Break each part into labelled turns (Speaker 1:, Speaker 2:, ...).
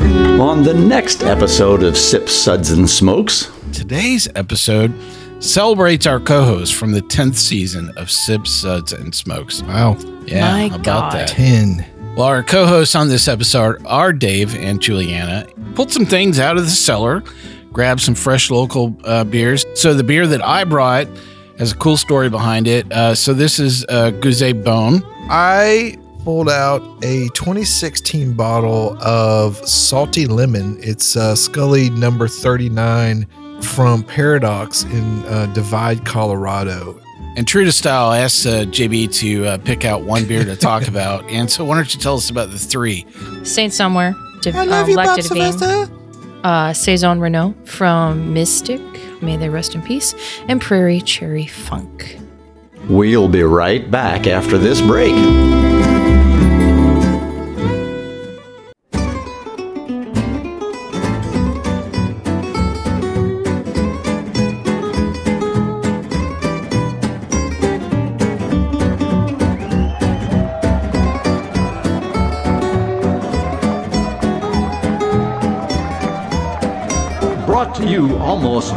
Speaker 1: on the next episode of Sip Suds and Smokes.
Speaker 2: Today's episode celebrates our co host from the 10th season of Sib Suds and Smokes.
Speaker 3: Wow.
Speaker 2: Yeah,
Speaker 4: My
Speaker 2: how about
Speaker 4: God.
Speaker 2: that.
Speaker 3: 10.
Speaker 2: Well, our co hosts on this episode are Dave and Juliana. Pulled some things out of the cellar, grabbed some fresh local uh, beers. So, the beer that I brought has a cool story behind it. Uh, so, this is uh, Gouze Bone.
Speaker 3: I pulled out a 2016 bottle of salty lemon. It's uh, Scully number 39 from Paradox in uh, Divide, Colorado.
Speaker 2: And true to style, I asked uh, JB to uh, pick out one beer to talk about. And so, why don't you tell us about the three?
Speaker 4: Saint Somewhere. Div- uh, Lac de Divine. Uh, Saison Renault from Mystic. May they rest in peace. And Prairie Cherry Funk.
Speaker 1: We'll be right back after this break. Brought to you almost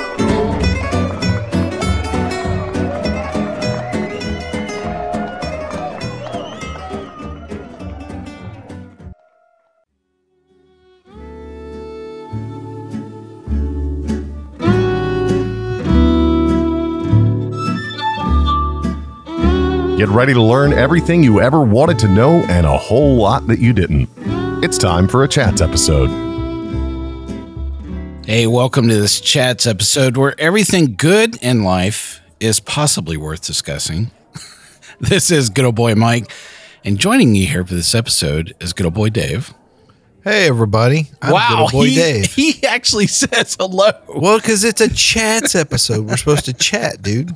Speaker 5: Get ready to learn everything you ever wanted to know and a whole lot that you didn't. It's time for a chats episode.
Speaker 2: Hey, welcome to this chats episode where everything good in life is possibly worth discussing. this is good old boy Mike, and joining you here for this episode is good old boy Dave.
Speaker 3: Hey, everybody. I'm good old boy
Speaker 2: he,
Speaker 3: Dave.
Speaker 2: he actually says hello,
Speaker 3: Well, because it's a chats episode. We're supposed to chat, dude.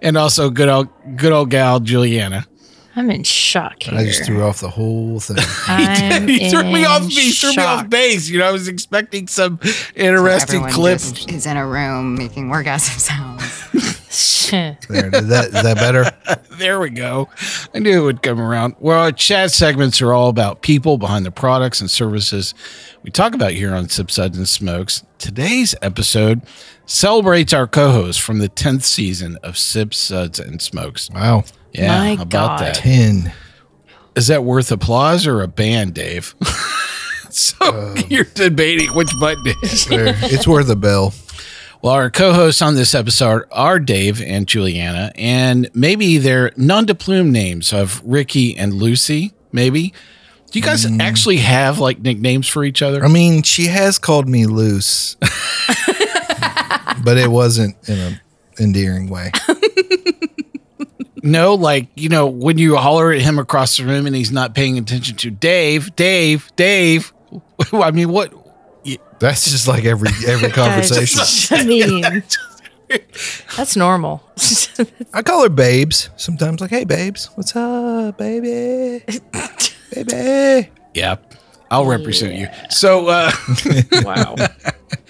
Speaker 2: and also good old good old gal Juliana.
Speaker 4: I'm in shock here.
Speaker 3: I just threw off the whole thing.
Speaker 4: I'm
Speaker 2: he threw me
Speaker 4: in
Speaker 2: off. He threw me
Speaker 4: shock.
Speaker 2: off base. You know, I was expecting some interesting
Speaker 6: Everyone
Speaker 2: clip.
Speaker 6: just is in a room making orgasm sounds.
Speaker 3: There, is, that, is that better?
Speaker 2: There we go. I knew it would come around. Well, our chat segments are all about people behind the products and services we talk about here on Subsides and Smokes. Today's episode celebrates our co host from the 10th season of Sip Suds and Smokes.
Speaker 3: Wow.
Speaker 2: Yeah,
Speaker 4: My
Speaker 2: how about
Speaker 4: God.
Speaker 2: that?
Speaker 3: 10.
Speaker 2: Is that worth applause or a ban, Dave? so you're debating which button to hit.
Speaker 3: There. It's worth a bell.
Speaker 2: Well, our co-hosts on this episode are Dave and Juliana, and maybe their non-de-plume names of Ricky and Lucy. Maybe. Do you guys actually have like nicknames for each other?
Speaker 3: I mean, she has called me loose, but it wasn't in a endearing way.
Speaker 2: No, like you know when you holler at him across the room and he's not paying attention to Dave, Dave, Dave. I mean, what?
Speaker 3: That's just like every every conversation.
Speaker 4: I mean, that's normal.
Speaker 3: I call her babes sometimes. Like, hey, babes, what's up, baby? baby.
Speaker 2: Yeah, I'll represent you. So, uh,
Speaker 4: wow.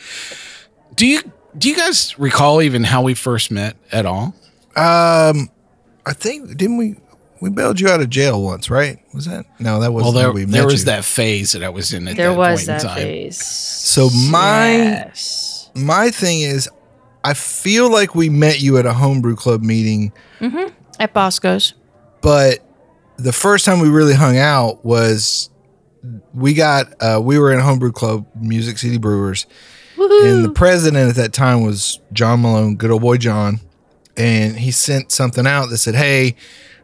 Speaker 2: do you do you guys recall even how we first met at all?
Speaker 3: Um, I think didn't we we bailed you out of jail once, right? Was that no? That
Speaker 2: Well,
Speaker 3: wasn't.
Speaker 2: there,
Speaker 3: how we met
Speaker 2: there was
Speaker 3: you.
Speaker 2: that phase that I was in at
Speaker 4: There
Speaker 2: that
Speaker 4: was
Speaker 2: point in
Speaker 4: that
Speaker 2: time.
Speaker 4: phase.
Speaker 3: So my-
Speaker 4: Yes.
Speaker 3: My thing is, I feel like we met you at a homebrew club meeting,
Speaker 4: At Bosco's.
Speaker 3: but the first time we really hung out was we got uh, we were in a homebrew club music city brewers and the president at that time was john malone good old boy john and he sent something out that said hey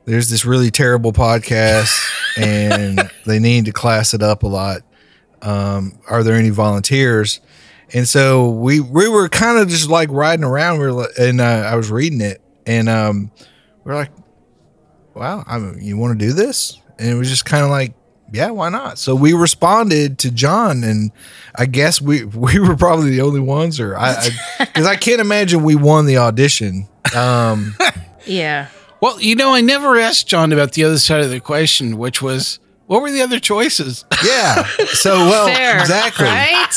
Speaker 3: there's this really terrible podcast and they need to class it up a lot um, are there any volunteers and so we we were kind of just like riding around we were like, and uh, i was reading it and um, we we're like wow, I mean, you want to do this? And it was just kind of like, yeah, why not? So we responded to John, and I guess we we were probably the only ones, or I because I, can't imagine we won the audition. Um,
Speaker 4: Yeah.
Speaker 2: Well, you know, I never asked John about the other side of the question, which was What were the other choices?
Speaker 3: Yeah. So well,
Speaker 4: Fair,
Speaker 3: exactly.
Speaker 4: Right?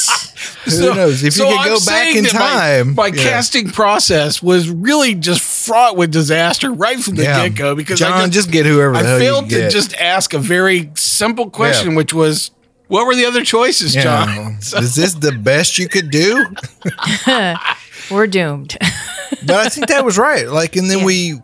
Speaker 3: Who knows? If you could
Speaker 2: I'm
Speaker 3: go back
Speaker 2: saying
Speaker 3: in
Speaker 2: that my-
Speaker 3: time,
Speaker 2: my,
Speaker 3: Yeah.
Speaker 2: casting process was really just fraught with disaster right from the
Speaker 3: Yeah.
Speaker 2: get go because I
Speaker 3: John,
Speaker 2: just,
Speaker 3: just get whoever. The
Speaker 2: I
Speaker 3: hell you
Speaker 2: failed
Speaker 3: can
Speaker 2: to
Speaker 3: get.
Speaker 2: just ask a very simple question, which was, "What were the other choices,
Speaker 3: Yeah.
Speaker 2: John?"
Speaker 3: Is this the best you could do?
Speaker 4: We're doomed.
Speaker 3: But I think that was right. Like, and then
Speaker 4: Yeah.
Speaker 3: we,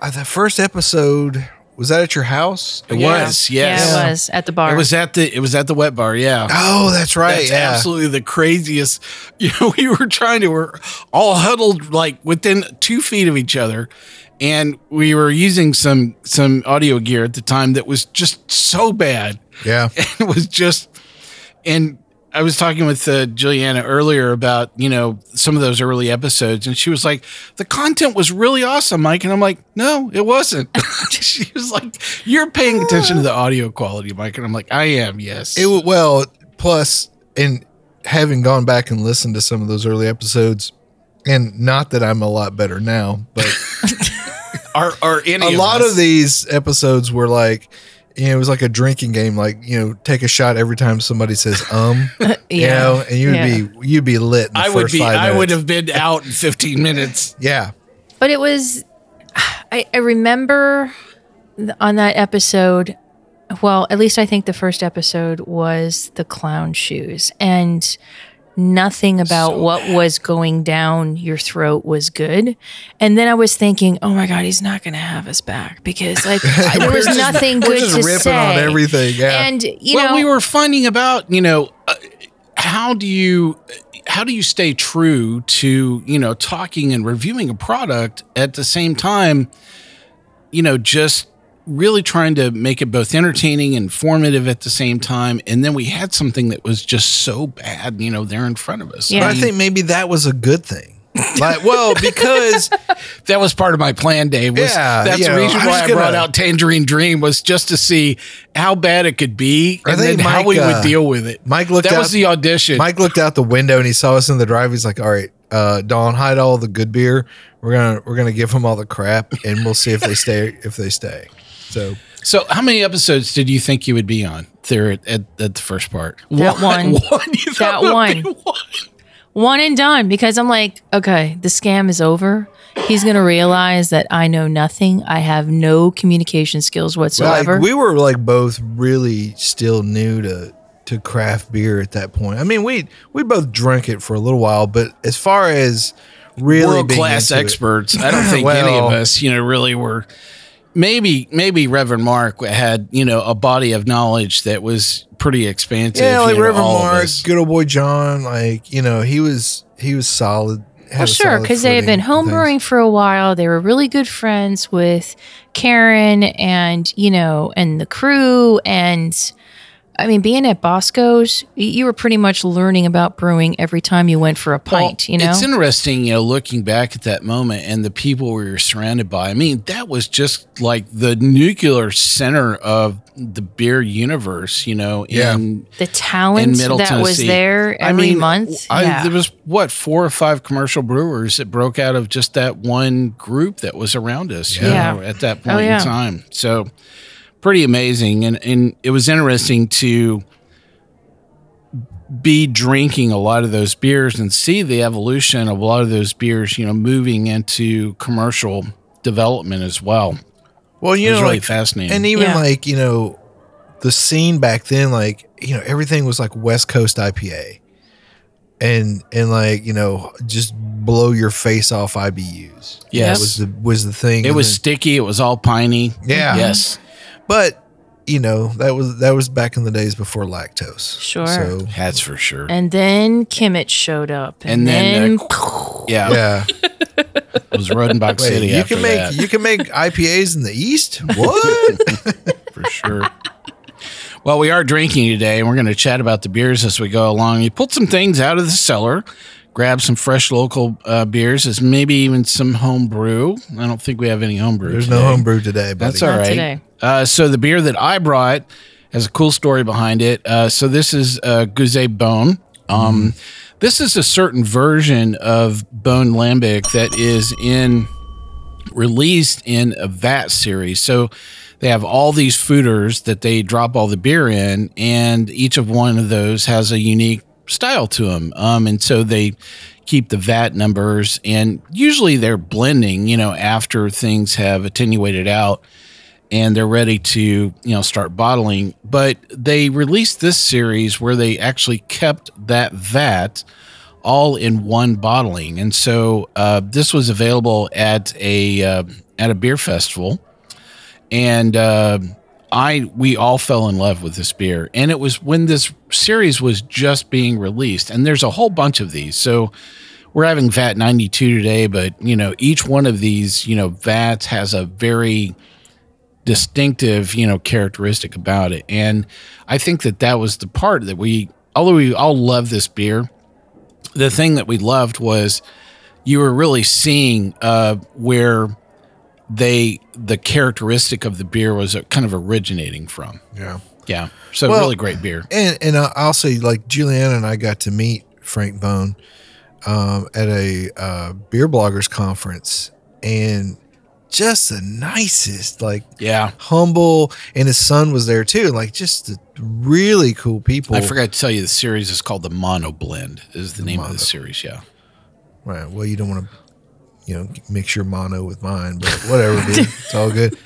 Speaker 3: uh, the first episode was that at your house?
Speaker 2: It was, yes.
Speaker 4: Yeah, it was at the bar.
Speaker 2: It was at the it was at the wet bar, yeah.
Speaker 3: Oh, that's right.
Speaker 2: That's
Speaker 3: yeah.
Speaker 2: absolutely the craziest. You know, we were trying to we're all huddled like within two feet of each other, and we were using some some audio gear at the time that was just so bad.
Speaker 3: Yeah.
Speaker 2: It was just, and I was talking with uh, Juliana earlier about you know some of those early episodes, and she was like, "The content was really awesome, Mike," and I'm like, "No, it wasn't." she was like, "You're paying attention to the audio quality, Mike," and I'm like, "I am, yes."
Speaker 3: It w- well, plus, and having gone back and listened to some of those early episodes, and not that I'm a lot better now, but
Speaker 2: are are any
Speaker 3: a lot
Speaker 2: us.
Speaker 3: of these episodes were like. You know, it was like a drinking game, like you know, take a shot every time somebody says um, you know, and you'd
Speaker 4: yeah.
Speaker 3: be you'd be lit. In the
Speaker 2: I would
Speaker 3: first
Speaker 2: be.
Speaker 3: five
Speaker 2: I would
Speaker 3: minutes.
Speaker 2: have been out in 15 minutes.
Speaker 3: Yeah,
Speaker 4: But it was, I, I remember th- on that episode, well, at least I think the first episode was the clown shoes. And nothing about what was going down your throat was good. And then I was thinking, oh my God, he's not going to have us back because, like, there was nothing
Speaker 3: we're
Speaker 4: good
Speaker 3: just
Speaker 4: to
Speaker 3: ripping
Speaker 4: say.
Speaker 3: on everything. Yeah,
Speaker 4: And, you
Speaker 2: well,
Speaker 4: know,
Speaker 2: we were finding about you know uh, how do you how do you stay true to you know talking and reviewing a product at the same time, you know, just really trying to make it both entertaining and informative at the same time. And then we had something that was just so bad, you know, there in front of us.
Speaker 4: Yeah.
Speaker 3: but I think maybe that was a good thing. Like, well, because
Speaker 2: that was part of my plan, Dave. Was
Speaker 3: Yeah,
Speaker 2: that's
Speaker 3: you
Speaker 2: the
Speaker 3: know,
Speaker 2: reason
Speaker 3: I was
Speaker 2: why I brought
Speaker 3: gonna-
Speaker 2: out Tangerine Dream was just to see how bad it could be
Speaker 3: I
Speaker 2: and
Speaker 3: think
Speaker 2: then how
Speaker 3: Mike,
Speaker 2: we
Speaker 3: uh,
Speaker 2: would deal with it.
Speaker 3: Mike looked
Speaker 2: that
Speaker 3: out-
Speaker 2: was the audition.
Speaker 3: Mike looked out the window and he saw us in the drive. He's like, "All right, uh, Don, hide all the good beer. We're gonna we're gonna give them all the crap, and we'll see if they stay if they stay." So
Speaker 2: so, how many episodes did you think you would be on there at, at, at the first part?
Speaker 4: That one.
Speaker 2: You
Speaker 4: That
Speaker 2: thought it would be
Speaker 4: one. one and done because I'm like, okay, the scam is over. He's going to realize that I know nothing. I have no communication skills
Speaker 3: like,
Speaker 4: whatsoever.
Speaker 3: we were like both really still new to to craft beer at that point. I mean, we we both drank it for a little while, but as far as really
Speaker 2: World
Speaker 3: being
Speaker 2: class
Speaker 3: into it-
Speaker 2: experts. I don't think any
Speaker 3: Well-
Speaker 2: of us, you know, really were. Maybe, maybe Reverend Mark had you know a body of knowledge that was pretty expansive.
Speaker 3: yeah, like
Speaker 2: you know,
Speaker 3: Reverend
Speaker 2: all of
Speaker 3: Mark,
Speaker 2: us.
Speaker 3: good old boy John, like you know, he was he was solid. had
Speaker 4: well,
Speaker 3: a
Speaker 4: sure,
Speaker 3: solid
Speaker 4: because they had been
Speaker 3: footing and
Speaker 4: homebrewing
Speaker 3: things.
Speaker 4: for a while. They were really good friends with Karen and, you know, and the crew. And I mean, being at Bosco's, y- you were pretty much learning about brewing every time you went for a pint,
Speaker 2: Well,
Speaker 4: you know?
Speaker 2: It's interesting, you know, looking back at that moment and the people we were surrounded by. I mean, that was just like the nuclear center of the beer universe, you know,
Speaker 3: Yeah.
Speaker 2: in
Speaker 4: the talent
Speaker 2: in Middle
Speaker 4: that was
Speaker 2: Tennessee.
Speaker 4: there every
Speaker 2: I mean,
Speaker 4: month.
Speaker 2: I,
Speaker 4: yeah.
Speaker 2: There was what four or five commercial brewers that broke out of just that one group that was around us. you
Speaker 4: Yeah.
Speaker 2: know, at that
Speaker 4: Oh,
Speaker 2: point
Speaker 4: yeah.
Speaker 2: in time. So pretty amazing, and and it was interesting to be drinking a lot of those beers and see the evolution of a lot of those beers. You know, moving into commercial development as well.
Speaker 3: Well, you
Speaker 2: It was
Speaker 3: know,
Speaker 2: really
Speaker 3: like,
Speaker 2: fascinating.
Speaker 3: and even
Speaker 4: Yeah.
Speaker 3: like you know, the scene back then, like you know, everything was like West Coast IPA, and and like you know, just blow your face off IBUs.
Speaker 2: Yes.
Speaker 3: was the was the thing.
Speaker 2: it
Speaker 3: And
Speaker 2: was sticky. It was all piney.
Speaker 3: then- yeah,
Speaker 2: Yes.
Speaker 3: But you know, that was that was back in the days before lactose.
Speaker 4: Sure.
Speaker 3: So
Speaker 2: That's for sure.
Speaker 4: And then Kimmich showed up.
Speaker 2: And then, uh, yeah,
Speaker 3: yeah,
Speaker 2: It was Rodenbach
Speaker 3: Wait,
Speaker 2: City.
Speaker 3: you
Speaker 2: after
Speaker 3: can make
Speaker 2: that,
Speaker 3: you can make IPAs in the East. What?
Speaker 2: for sure. well, we are drinking today, and we're going to chat about the beers as we go along. You pulled some things out of the cellar, grabbed some fresh local uh, beers, as maybe even some home brew. I don't think we have any home brew.
Speaker 3: There's no
Speaker 2: today.
Speaker 3: homebrew today, buddy.
Speaker 2: That's all right.
Speaker 4: today.
Speaker 2: Uh, so the beer that I brought has a cool story behind it. Uh, so this is uh, Gouze Bone. Um, This is a certain version of Bone Lambic that is in released in a vat series. So they have all these fooders that they drop all the beer in, and each of one of those has a unique style to them. Um, and so they keep the vat numbers, and usually they're blending, you know, after things have attenuated out and they're ready to you know start bottling but they released this series where they actually kept that vat all in one bottling and so uh, this was available at a uh, at a beer festival and uh, I we all fell in love with this beer, and it was when this series was just being released, and there's a whole bunch of these. So we're having VAT 92 today, but you know each one of these you know VATs has a very distinctive you know characteristic about it, and I think that that was the part that we although we all love this beer, the thing that we loved was you were really seeing uh, where they the characteristic of the beer was uh, kind of originating from.
Speaker 3: Yeah.
Speaker 2: Yeah. So
Speaker 3: Well-
Speaker 2: really great beer.
Speaker 3: And and I- I'll say like Juliana and I got to meet Frank Bone um, at a uh, beer bloggers conference, and just the nicest, like
Speaker 2: Yeah.
Speaker 3: humble, and his son was there too. Like just the really cool people.
Speaker 2: I forgot to tell you the series is called the Mono Blend is the, name of the series, yeah.
Speaker 3: Right. Well, you don't want to, you know, mix your mono with mine, but whatever, dude. It's all good.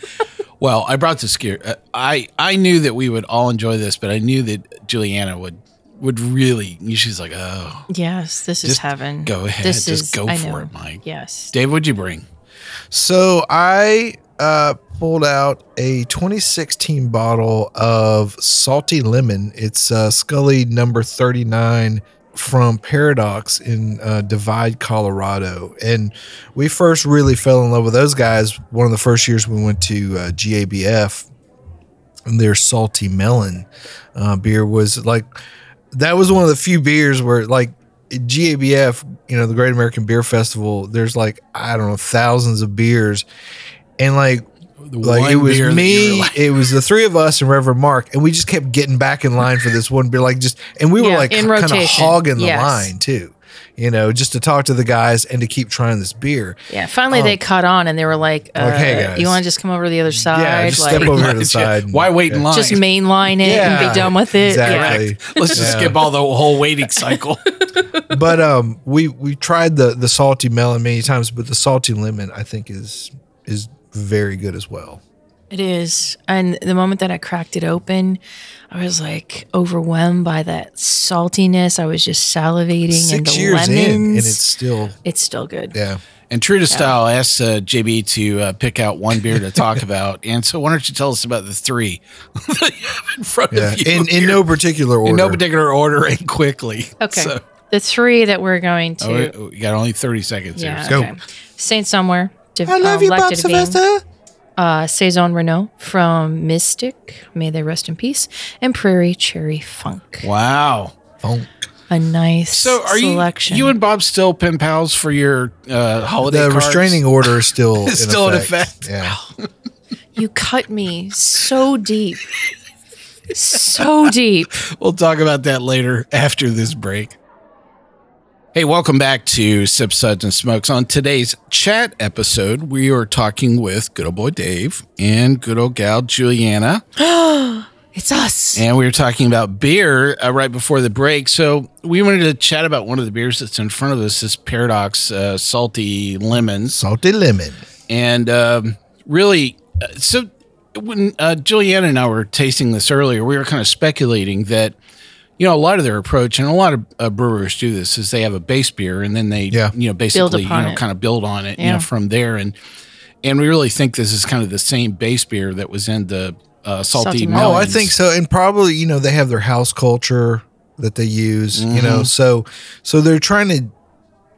Speaker 2: Well, I brought this gear. uh, I I knew that we would all enjoy this, but I knew that Juliana would would really she's like, "Oh,
Speaker 4: Yes, this is
Speaker 2: Just
Speaker 4: heaven.
Speaker 2: go ahead.
Speaker 4: This
Speaker 2: Just
Speaker 4: is,
Speaker 2: go
Speaker 4: I
Speaker 2: for
Speaker 4: know.
Speaker 2: it, Mike.
Speaker 4: Yes.
Speaker 2: Dave, what'd you bring?"
Speaker 3: So I uh, pulled out a 2016 bottle of Salty Lemon. It's uh, Scully number 39 from Paradox in uh, Divide, Colorado. And we first really fell in love with those guys one of the first years we went to uh, GABF. And their salty melon uh, beer was like that was one of the few beers where like GABF, you know, the Great American Beer Festival, there's like, I don't know, thousands of beers. And like
Speaker 2: The
Speaker 3: like
Speaker 2: one
Speaker 3: it was
Speaker 2: beer that you were
Speaker 3: me,
Speaker 2: like-
Speaker 3: it was the three of us and Reverend Mark, and we just kept getting back in line for this one beer, like just and we were
Speaker 4: Yeah,
Speaker 3: like
Speaker 4: in
Speaker 3: kind of
Speaker 4: rotation.
Speaker 3: hogging the
Speaker 4: Yes.
Speaker 3: line too, you know, just to talk to the guys and to keep trying this beer.
Speaker 4: Yeah. Finally,
Speaker 2: Oh.
Speaker 4: they caught on and they were like, uh,
Speaker 3: Like, "Hey, guys."
Speaker 4: you want to just come over to the other side?
Speaker 3: yeah, just
Speaker 4: like,
Speaker 3: step over to the side. and-
Speaker 2: Why wait in line?
Speaker 4: just mainline it and
Speaker 3: Yeah,
Speaker 4: be done with it. Yeah.
Speaker 3: Exactly.
Speaker 2: Let's just skip all the whole waiting cycle.
Speaker 3: but um, we we tried the the salty melon many times, but the salty lemon I think is is very good as well.
Speaker 4: It is. And the moment that I cracked it open, I was like overwhelmed by that saltiness. I was just salivating and
Speaker 3: Six
Speaker 4: the
Speaker 3: years
Speaker 4: lemons.
Speaker 3: in, and it's still
Speaker 4: it's still good.
Speaker 3: yeah.
Speaker 2: And true to style, I asked uh, JB to uh, pick out one beer to talk about. And so, why don't you tell us about the three that you have in front
Speaker 3: Yeah,
Speaker 2: of you?
Speaker 3: in, in no particular order.
Speaker 2: In no particular order and quickly.
Speaker 4: Okay.
Speaker 2: So,
Speaker 4: The three that we're going
Speaker 2: oh,
Speaker 4: to.
Speaker 2: wait, we got only 30 seconds
Speaker 4: yeah.
Speaker 2: here.
Speaker 4: Okay. Saint Somewhere. Div-
Speaker 3: I love
Speaker 4: uh,
Speaker 2: Oh,
Speaker 3: you, Bob
Speaker 4: Lactidivine.
Speaker 3: Sylvester.
Speaker 4: uh, Saison Renault from Mystic, may they rest in peace, and Prairie Cherry Funk.
Speaker 2: Wow.
Speaker 3: Funk.
Speaker 4: A nice
Speaker 2: So, are you
Speaker 4: selection.
Speaker 2: you and Bob still pen pals for your uh, holiday
Speaker 3: The
Speaker 2: cards?
Speaker 3: restraining order is still
Speaker 2: It's still in effect.
Speaker 3: Yeah.
Speaker 4: you cut me so deep, so deep.
Speaker 2: We'll talk about that later after this break. Hey, welcome back to Sip Suds and Smokes. On today's chat episode, we are talking with good old boy Dave and good old gal Juliana.
Speaker 4: It's us.
Speaker 2: And we were talking about beer uh, right before the break. So we wanted to chat about one of the beers that's in front of us, this Paradox uh, Salty Lemons.
Speaker 3: Salty lemon.
Speaker 2: And um, really, uh, so when uh, Juliana and I were tasting this earlier, we were kind of speculating that, you know, a lot of their approach, and a lot of uh, brewers do this, is they have a base beer and then they,
Speaker 3: Yeah.
Speaker 2: you know, basically, you
Speaker 4: upon
Speaker 2: know,
Speaker 4: it.
Speaker 2: kind of build on it, you
Speaker 4: Yeah.
Speaker 2: know, from there. And, and we really think this is kind of the same base beer that was in the uh, salty,
Speaker 4: Salty
Speaker 2: melons.
Speaker 3: Oh, I think so. And probably, you know, they have their house culture that they use, you know, so so they're trying to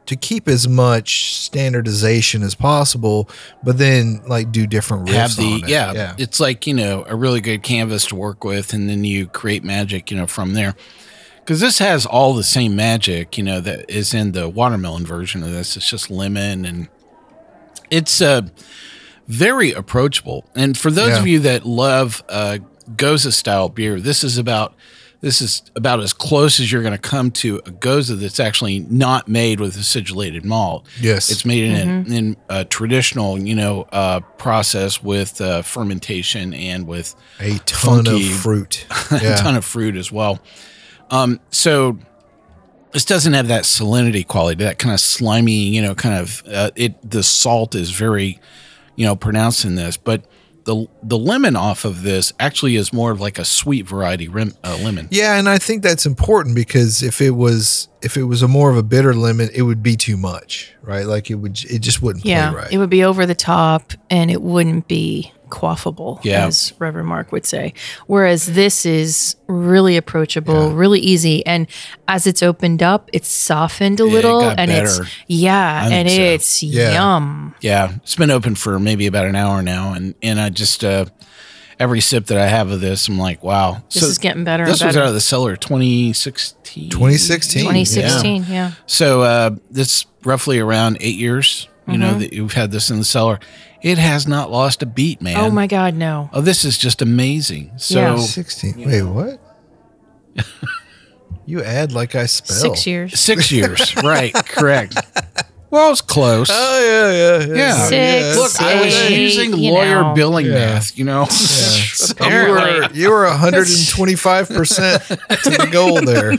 Speaker 3: to keep as much standardization as possible, but then like do different riffs
Speaker 2: have the
Speaker 3: on it.
Speaker 2: yeah,
Speaker 3: yeah.
Speaker 2: it's like you know a really good canvas to work with and then you create magic you know from there because this has all the same magic you know that is in the watermelon version of this it's just lemon and it's uh very approachable and for those
Speaker 3: Yeah.
Speaker 2: of you that love uh goza style beer this is about This is about as close as you're going to come to a goza that's actually not made with acidulated malt.
Speaker 3: Yes.
Speaker 2: It's made in, a, in a traditional, you know, uh, process with uh, fermentation and with
Speaker 3: A ton
Speaker 2: Funky.
Speaker 3: of fruit.
Speaker 2: a
Speaker 3: Yeah.
Speaker 2: ton of fruit as well. Um, so this doesn't have that salinity quality, that kind of slimy, you know, kind of uh, it. The salt is very, you know, pronounced in this, but the the lemon off of this actually is more of like a sweet variety rim, uh, lemon.
Speaker 3: yeah, and I think that's important because if it was if it was a more of a bitter lemon, it would be too much, right? Like it would it just wouldn't
Speaker 4: Yeah,
Speaker 3: play right.
Speaker 4: it would be over the top and it wouldn't be quaffable,
Speaker 2: Yeah.
Speaker 4: as Reverend Mark would say. Whereas this is really approachable, really easy, and as it's opened up, it's softened a
Speaker 2: It
Speaker 4: little,
Speaker 2: got
Speaker 4: and
Speaker 2: better.
Speaker 4: it's yeah,
Speaker 2: I think
Speaker 4: and
Speaker 2: so.
Speaker 4: it's
Speaker 3: Yeah.
Speaker 4: yum.
Speaker 2: Yeah, it's been open for maybe about an hour now, and and I just uh, every sip that I have of this, I'm like, wow,
Speaker 4: This is getting better.
Speaker 2: This
Speaker 4: and
Speaker 2: was
Speaker 4: better.
Speaker 2: out of the cellar 2016.
Speaker 3: 2016.
Speaker 4: 2016, yeah.
Speaker 2: So uh, this roughly around eight years. You
Speaker 4: Mm-hmm.
Speaker 2: know that you've had this in the cellar. It has not lost a beat, man.
Speaker 4: Oh my God, no.
Speaker 2: Oh, this is just amazing. So
Speaker 4: Yeah.
Speaker 3: 16. Wait, what? you add like I spell.
Speaker 4: Six years.
Speaker 2: six years, right? Correct. Well, it's close.
Speaker 3: Oh yeah, yeah.
Speaker 2: Yeah.
Speaker 4: Six.
Speaker 2: Look, I was
Speaker 4: eight,
Speaker 2: using
Speaker 4: you
Speaker 2: lawyer
Speaker 4: know.
Speaker 2: billing math. You know, So-
Speaker 3: You were you were 125 percent to the goal there.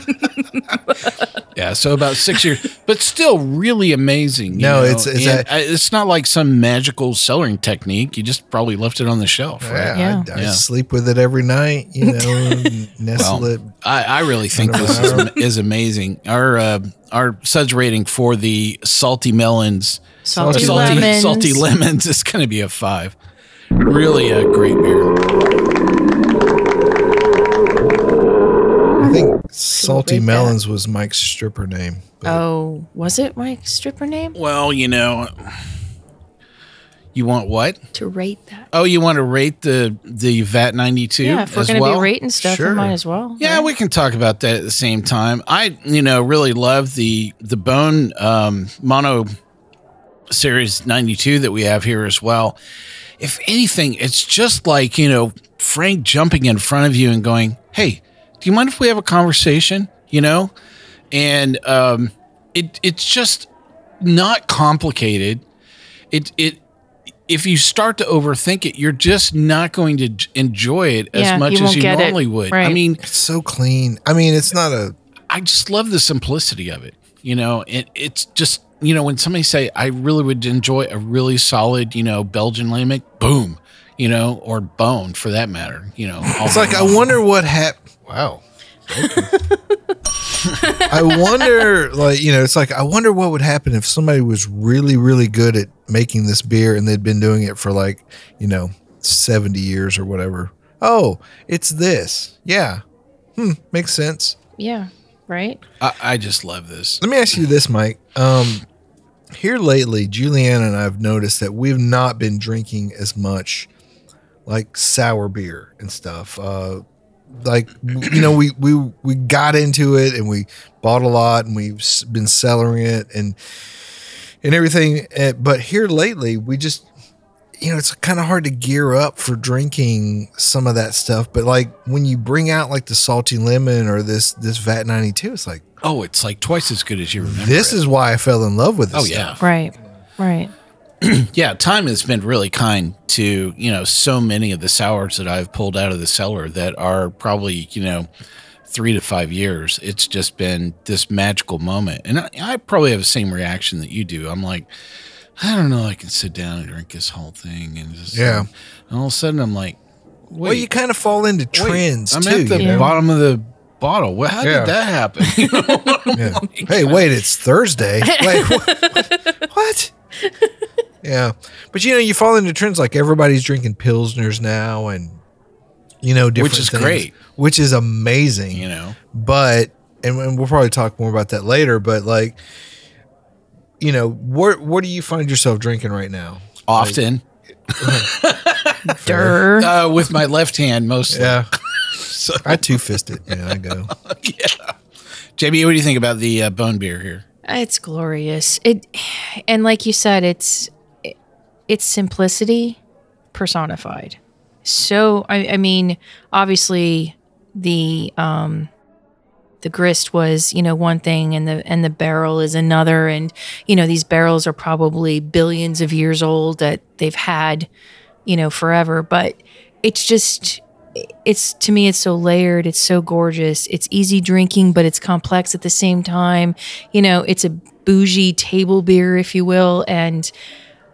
Speaker 2: Yeah, so about six years, but still really amazing. you
Speaker 3: No,
Speaker 2: know?
Speaker 3: it's- it's
Speaker 2: And
Speaker 3: a-
Speaker 2: I- it's not like some magical cellaring technique. You just probably left it on the shelf, right?
Speaker 3: Yeah, I, I
Speaker 2: Yeah.
Speaker 3: sleep with it every night. You know, and nestle it.
Speaker 2: I, I really think this is, is amazing. Our uh, our suds rating for the salty melons,
Speaker 4: Salty,
Speaker 2: or
Speaker 4: lemons.
Speaker 2: salty lemons is going to be a five. Really a great beer.
Speaker 3: I think Salty
Speaker 4: Wait, that-
Speaker 3: Melons was Mike's stripper name. but-
Speaker 4: Oh, was it my stripper name?
Speaker 2: Well, you know, you want what?
Speaker 4: To rate that.
Speaker 2: Oh, you want to rate the the VAT ninety two?
Speaker 4: Yeah, if we're going to be rating stuff,
Speaker 3: Sure.
Speaker 4: we might as well.
Speaker 2: Yeah, we can talk about that at the same time. I, you know, really love the the bone um, mono series ninety two that we have here as well. If anything, it's just like you know Frank jumping in front of you and going, "Hey, do you mind if we have a conversation?" You know, and um, it it's just not complicated. It it. If you start to overthink it, you're just not going to j- enjoy it
Speaker 4: Yeah,
Speaker 2: as much
Speaker 4: you
Speaker 2: as
Speaker 4: won't
Speaker 2: you
Speaker 4: get it.
Speaker 2: normally would. I
Speaker 4: Right.
Speaker 2: mean,
Speaker 3: It's so clean. I mean, it's not a
Speaker 2: I just love the simplicity of it. You know, it, it's just, you know, when somebody say, I really would enjoy a really solid, you know, Belgian lambic, boom, you know, or bone for that matter, you know.
Speaker 3: It's like I wonder what happened. Wow. I wonder, like you know, it's like I wonder what would happen if somebody was really, really good at making this beer and they'd been doing it for like you know seventy years or whatever. Oh, it's this. Yeah, hmm, makes sense.
Speaker 4: Yeah, right?
Speaker 2: I, I just love this.
Speaker 3: Let me ask you this, Mike. Um, here lately, Juliana and I have noticed that we've not been drinking as much like sour beer and stuff. Uh, like you know, we we we got into it and we bought a lot and we've s- been cellaring it and and everything. Uh, But here lately, we just you know, it's kind of hard to gear up for drinking some of that stuff. But like when you bring out like the salty lemon or this this Vat ninety two, it's like
Speaker 2: Oh, it's like twice as good as you remember.
Speaker 3: this
Speaker 2: it.
Speaker 3: is why I fell in love with this.
Speaker 2: Oh, yeah.
Speaker 4: Right, right.
Speaker 2: Yeah. Time has been really kind to, you know, so many of the sours that I've pulled out of the cellar that are probably, you know, three to five years. It's just been this magical moment. And I, I probably have the same reaction that you do. I'm like, I don't know. I can sit down and drink this whole thing. And just,
Speaker 3: Yeah.
Speaker 2: and all of a sudden I'm like, wait,
Speaker 3: Well, you kind of fall into
Speaker 2: wait,
Speaker 3: trends
Speaker 2: I'm
Speaker 3: too.
Speaker 2: at the
Speaker 3: you know?
Speaker 2: bottom of the bottle. Well, how
Speaker 3: Yeah.
Speaker 2: did that happen? You know?
Speaker 3: Yeah. Hey, wait, it's Thursday. Wait, what? what? Yeah, but you know, you fall into trends like everybody's drinking pilsners now, and you know, different
Speaker 2: is
Speaker 3: things,
Speaker 2: great.
Speaker 3: which is amazing.
Speaker 2: you know?
Speaker 3: but and, and we'll probably talk more about that later. But like, you know, what what do you find yourself drinking right now?
Speaker 2: Often,
Speaker 4: Durr.
Speaker 2: uh, with my left hand mostly.
Speaker 3: Yeah, I two fist it. Yeah, I go.
Speaker 2: JB, what do you think about the uh, bone beer here?
Speaker 4: It's glorious. It, and like you said, it's it's simplicity personified. So I, I mean, obviously the um, the grist was you know one thing and the and the barrel is another and you know these barrels are probably billions of years old that they've had you know forever but it's just it's to me it's so layered it's so gorgeous it's easy drinking but it's complex at the same time you know it's a bougie table beer if you will and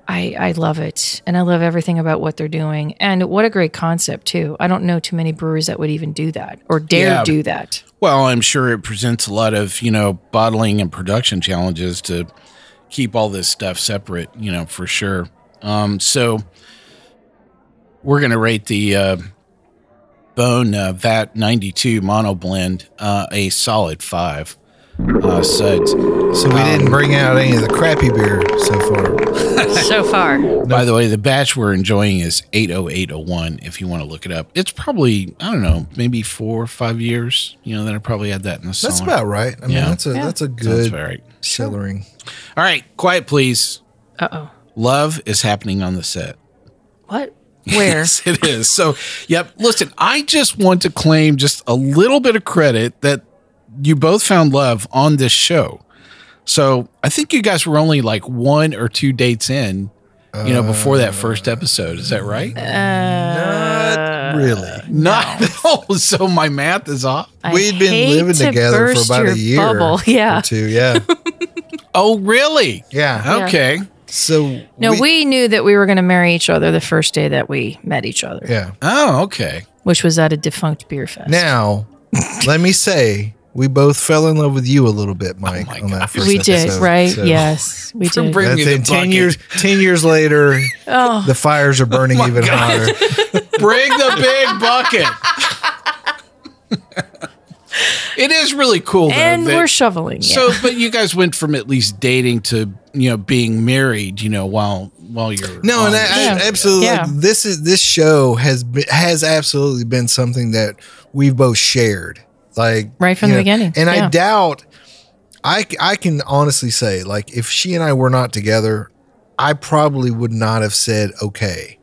Speaker 4: i i love it and i love everything about what they're doing and what a great concept too i don't know too many breweries that would even do that or dare
Speaker 2: Yeah.
Speaker 4: do that
Speaker 2: Well, I'm sure it presents a lot of, you know, bottling and production challenges to keep all this stuff separate, you know, for sure. Um, so we're going to rate the uh, Bone uh, Vat 92 Mono Blend uh, a solid five uh, suds.
Speaker 3: So we didn't bring out any of the crappy beer so far.
Speaker 4: so far
Speaker 2: By the way, the batch we're enjoying is 80801 if you want to look it up. It's probably, I don't know, maybe four or five years, you know, that I probably had that in the cellar.
Speaker 3: That's about right. I mean,
Speaker 2: Yeah.
Speaker 3: that's a
Speaker 4: Yeah.
Speaker 3: that's a
Speaker 2: Sounds
Speaker 3: good
Speaker 2: about right.
Speaker 3: cellaring.
Speaker 2: All right, quiet, please.
Speaker 4: uh-oh
Speaker 2: Love is happening on the set.
Speaker 4: what where
Speaker 2: Yes, it is. So, yep. Listen, I just want to claim just a little bit of credit that you both found love on this show. So, I think you guys were only like one or two dates in, you know, before that first episode. Is that right?
Speaker 4: Uh,
Speaker 3: Not really.
Speaker 2: Not oh, so my math is off.
Speaker 4: I
Speaker 3: We'd been
Speaker 4: hate
Speaker 3: living
Speaker 4: to
Speaker 3: together for
Speaker 4: burst
Speaker 3: about
Speaker 4: your
Speaker 3: a year.
Speaker 4: bubble. yeah
Speaker 3: Or two, yeah.
Speaker 2: Oh, really?
Speaker 3: Yeah.
Speaker 2: Okay.
Speaker 3: So
Speaker 4: no we, knew that we were going to marry each other the first day that we met each other
Speaker 3: Yeah.
Speaker 2: Oh, okay.
Speaker 4: which was at a defunct beer fest
Speaker 3: Now, let me say we both fell in love with you a little bit, Mike.
Speaker 2: Oh my
Speaker 3: on that
Speaker 2: gosh.
Speaker 3: first
Speaker 4: we did
Speaker 3: episode.
Speaker 4: right
Speaker 3: So
Speaker 4: yes we
Speaker 2: For
Speaker 4: did
Speaker 2: bringing-
Speaker 3: That's
Speaker 2: Bring me
Speaker 3: it.
Speaker 2: the
Speaker 3: Ten
Speaker 2: bucket.
Speaker 3: years. Ten years later,
Speaker 4: oh
Speaker 3: the fires are burning even hotter.
Speaker 2: Bring the big bucket. it is really cool, though.
Speaker 4: and
Speaker 2: that-
Speaker 4: we're shoveling yeah.
Speaker 2: So, but you guys went from at least dating to you know being married, you know, while while you're
Speaker 3: No,
Speaker 2: on
Speaker 3: and I,
Speaker 2: the
Speaker 3: I
Speaker 2: show.
Speaker 3: absolutely
Speaker 4: Um, Yeah.
Speaker 3: like, this is this show has been, has absolutely been something that we've both shared, like
Speaker 4: Right from
Speaker 3: you
Speaker 4: the beginning,
Speaker 3: And I
Speaker 4: yeah.
Speaker 3: doubt, I c- I can honestly say, like if she and I were not together, I probably would not have said okay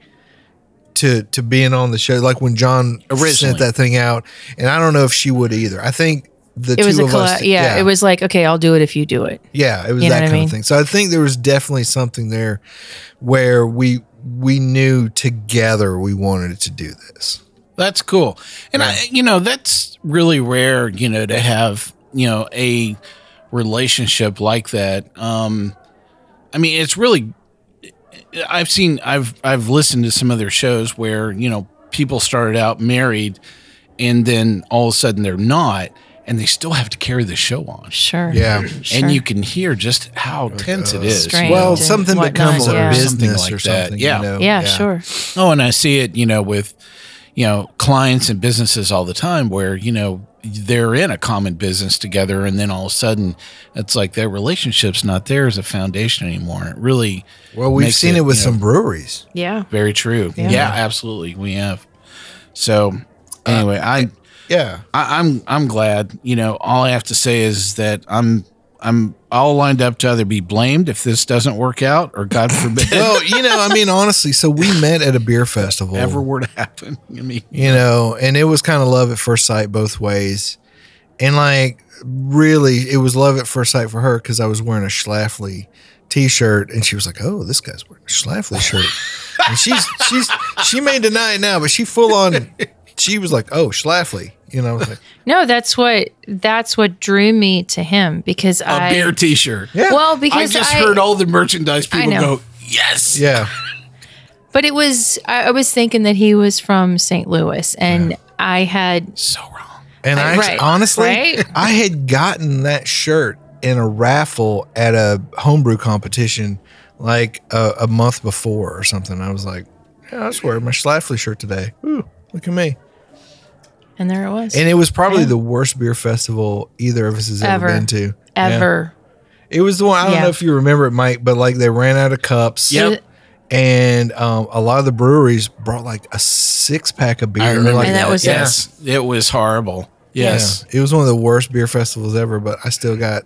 Speaker 3: to to being on the show. Like when John
Speaker 2: Originally.
Speaker 3: sent that thing out, and I don't know if she would either. I think the
Speaker 4: it
Speaker 3: two
Speaker 4: was a
Speaker 3: of us,
Speaker 4: colla- yeah, it was like okay i'll do it if you do it
Speaker 3: yeah, it was
Speaker 4: You know
Speaker 3: that
Speaker 4: what I
Speaker 3: kind
Speaker 4: mean?
Speaker 3: of thing. So I think there was definitely something there where we we knew together we wanted to do this.
Speaker 2: That's cool. And I, you know, that's really rare, you know, to have, you know, a relationship like that. Um, I mean, it's really, I've seen, I've, I've listened to some other shows where, you know, people started out married and then all of a sudden they're not and they still have to carry the show on.
Speaker 4: sure
Speaker 3: Yeah.
Speaker 4: sure.
Speaker 2: And you can hear just how tense it is.
Speaker 4: Strange.
Speaker 3: Well,
Speaker 4: and
Speaker 3: something
Speaker 4: whatnot,
Speaker 3: becomes
Speaker 4: yeah.
Speaker 3: a business
Speaker 2: Something like
Speaker 3: or
Speaker 2: that,
Speaker 3: something.
Speaker 2: yeah.
Speaker 3: You know?
Speaker 4: yeah, sure
Speaker 2: Oh, and I see it, you know, with you know clients and businesses all the time, where you know they're in a common business together, and then all of a sudden, it's like their relationship's not there as a foundation anymore. It really,
Speaker 3: Well, we've
Speaker 2: makes
Speaker 3: seen it, with
Speaker 2: you know,
Speaker 3: some breweries.
Speaker 4: yeah
Speaker 2: very true. Yeah. absolutely, we have. So, anyway, I,
Speaker 3: Yeah.
Speaker 2: I I'm I'm glad. You know, all I have to say is that I'm. I'm all lined up to either be blamed if this doesn't work out, or God forbid,
Speaker 3: Well, you know, I mean, honestly, so we met at a beer festival.
Speaker 2: ever were to happen. I mean,
Speaker 3: you know, and it was kind of love at first sight both ways. And like, really, it was love at first sight for her because I was wearing a Schlafly t-shirt, and she was like, "Oh, this guy's wearing a Schlafly shirt." and she's she's she may deny it now, but she full on. She was like, "Oh, Schlafly," you know. I was like,
Speaker 4: no that's what that's what drew me to him because
Speaker 2: a
Speaker 4: I
Speaker 2: beer T-shirt.
Speaker 3: yeah,
Speaker 4: well because
Speaker 2: I just
Speaker 4: I,
Speaker 2: heard all the merchandise people
Speaker 4: know.
Speaker 2: go, yes.
Speaker 3: yeah,
Speaker 4: but it was I, I was thinking that he was from st louis and i had
Speaker 2: So wrong.
Speaker 3: and I
Speaker 4: Right,
Speaker 3: honestly,
Speaker 4: right?
Speaker 3: I had gotten that shirt in a raffle at a homebrew competition like a, a month before or something. I was like, yeah, I was wearing my Schlafly shirt today. Ooh, look at me.
Speaker 4: and there it was
Speaker 3: And it was probably the worst beer festival either of us has ever,
Speaker 4: Ever.
Speaker 3: been to.
Speaker 4: ever
Speaker 3: It was the one, I don't
Speaker 4: Yeah.
Speaker 3: know if you remember it, Mike, but like they ran out of cups.
Speaker 2: Yep.
Speaker 3: And um, a lot of the breweries brought like a six pack of beer.
Speaker 2: I remember
Speaker 3: Like,
Speaker 4: And that was it.
Speaker 2: yes. It was horrible.
Speaker 3: yeah,
Speaker 2: Yes.
Speaker 3: it was one of the worst beer festivals ever, but I still got,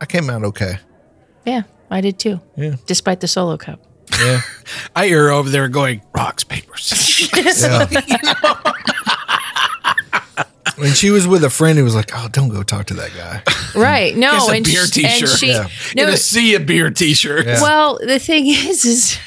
Speaker 3: I came out okay.
Speaker 4: yeah i did too
Speaker 3: Yeah.
Speaker 4: despite the solo cup
Speaker 3: Yeah.
Speaker 2: I hear over there going, rocks, papers.
Speaker 3: Yeah. When she was with a friend who was like, "Oh, don't go talk to that guy."
Speaker 4: right. No,
Speaker 2: It's a
Speaker 4: and,
Speaker 2: beer
Speaker 4: she, and
Speaker 2: t-shirt.
Speaker 4: she
Speaker 3: Yeah.
Speaker 2: In
Speaker 4: no,
Speaker 2: a sea of beer T-shirt.
Speaker 4: Well, the thing is, is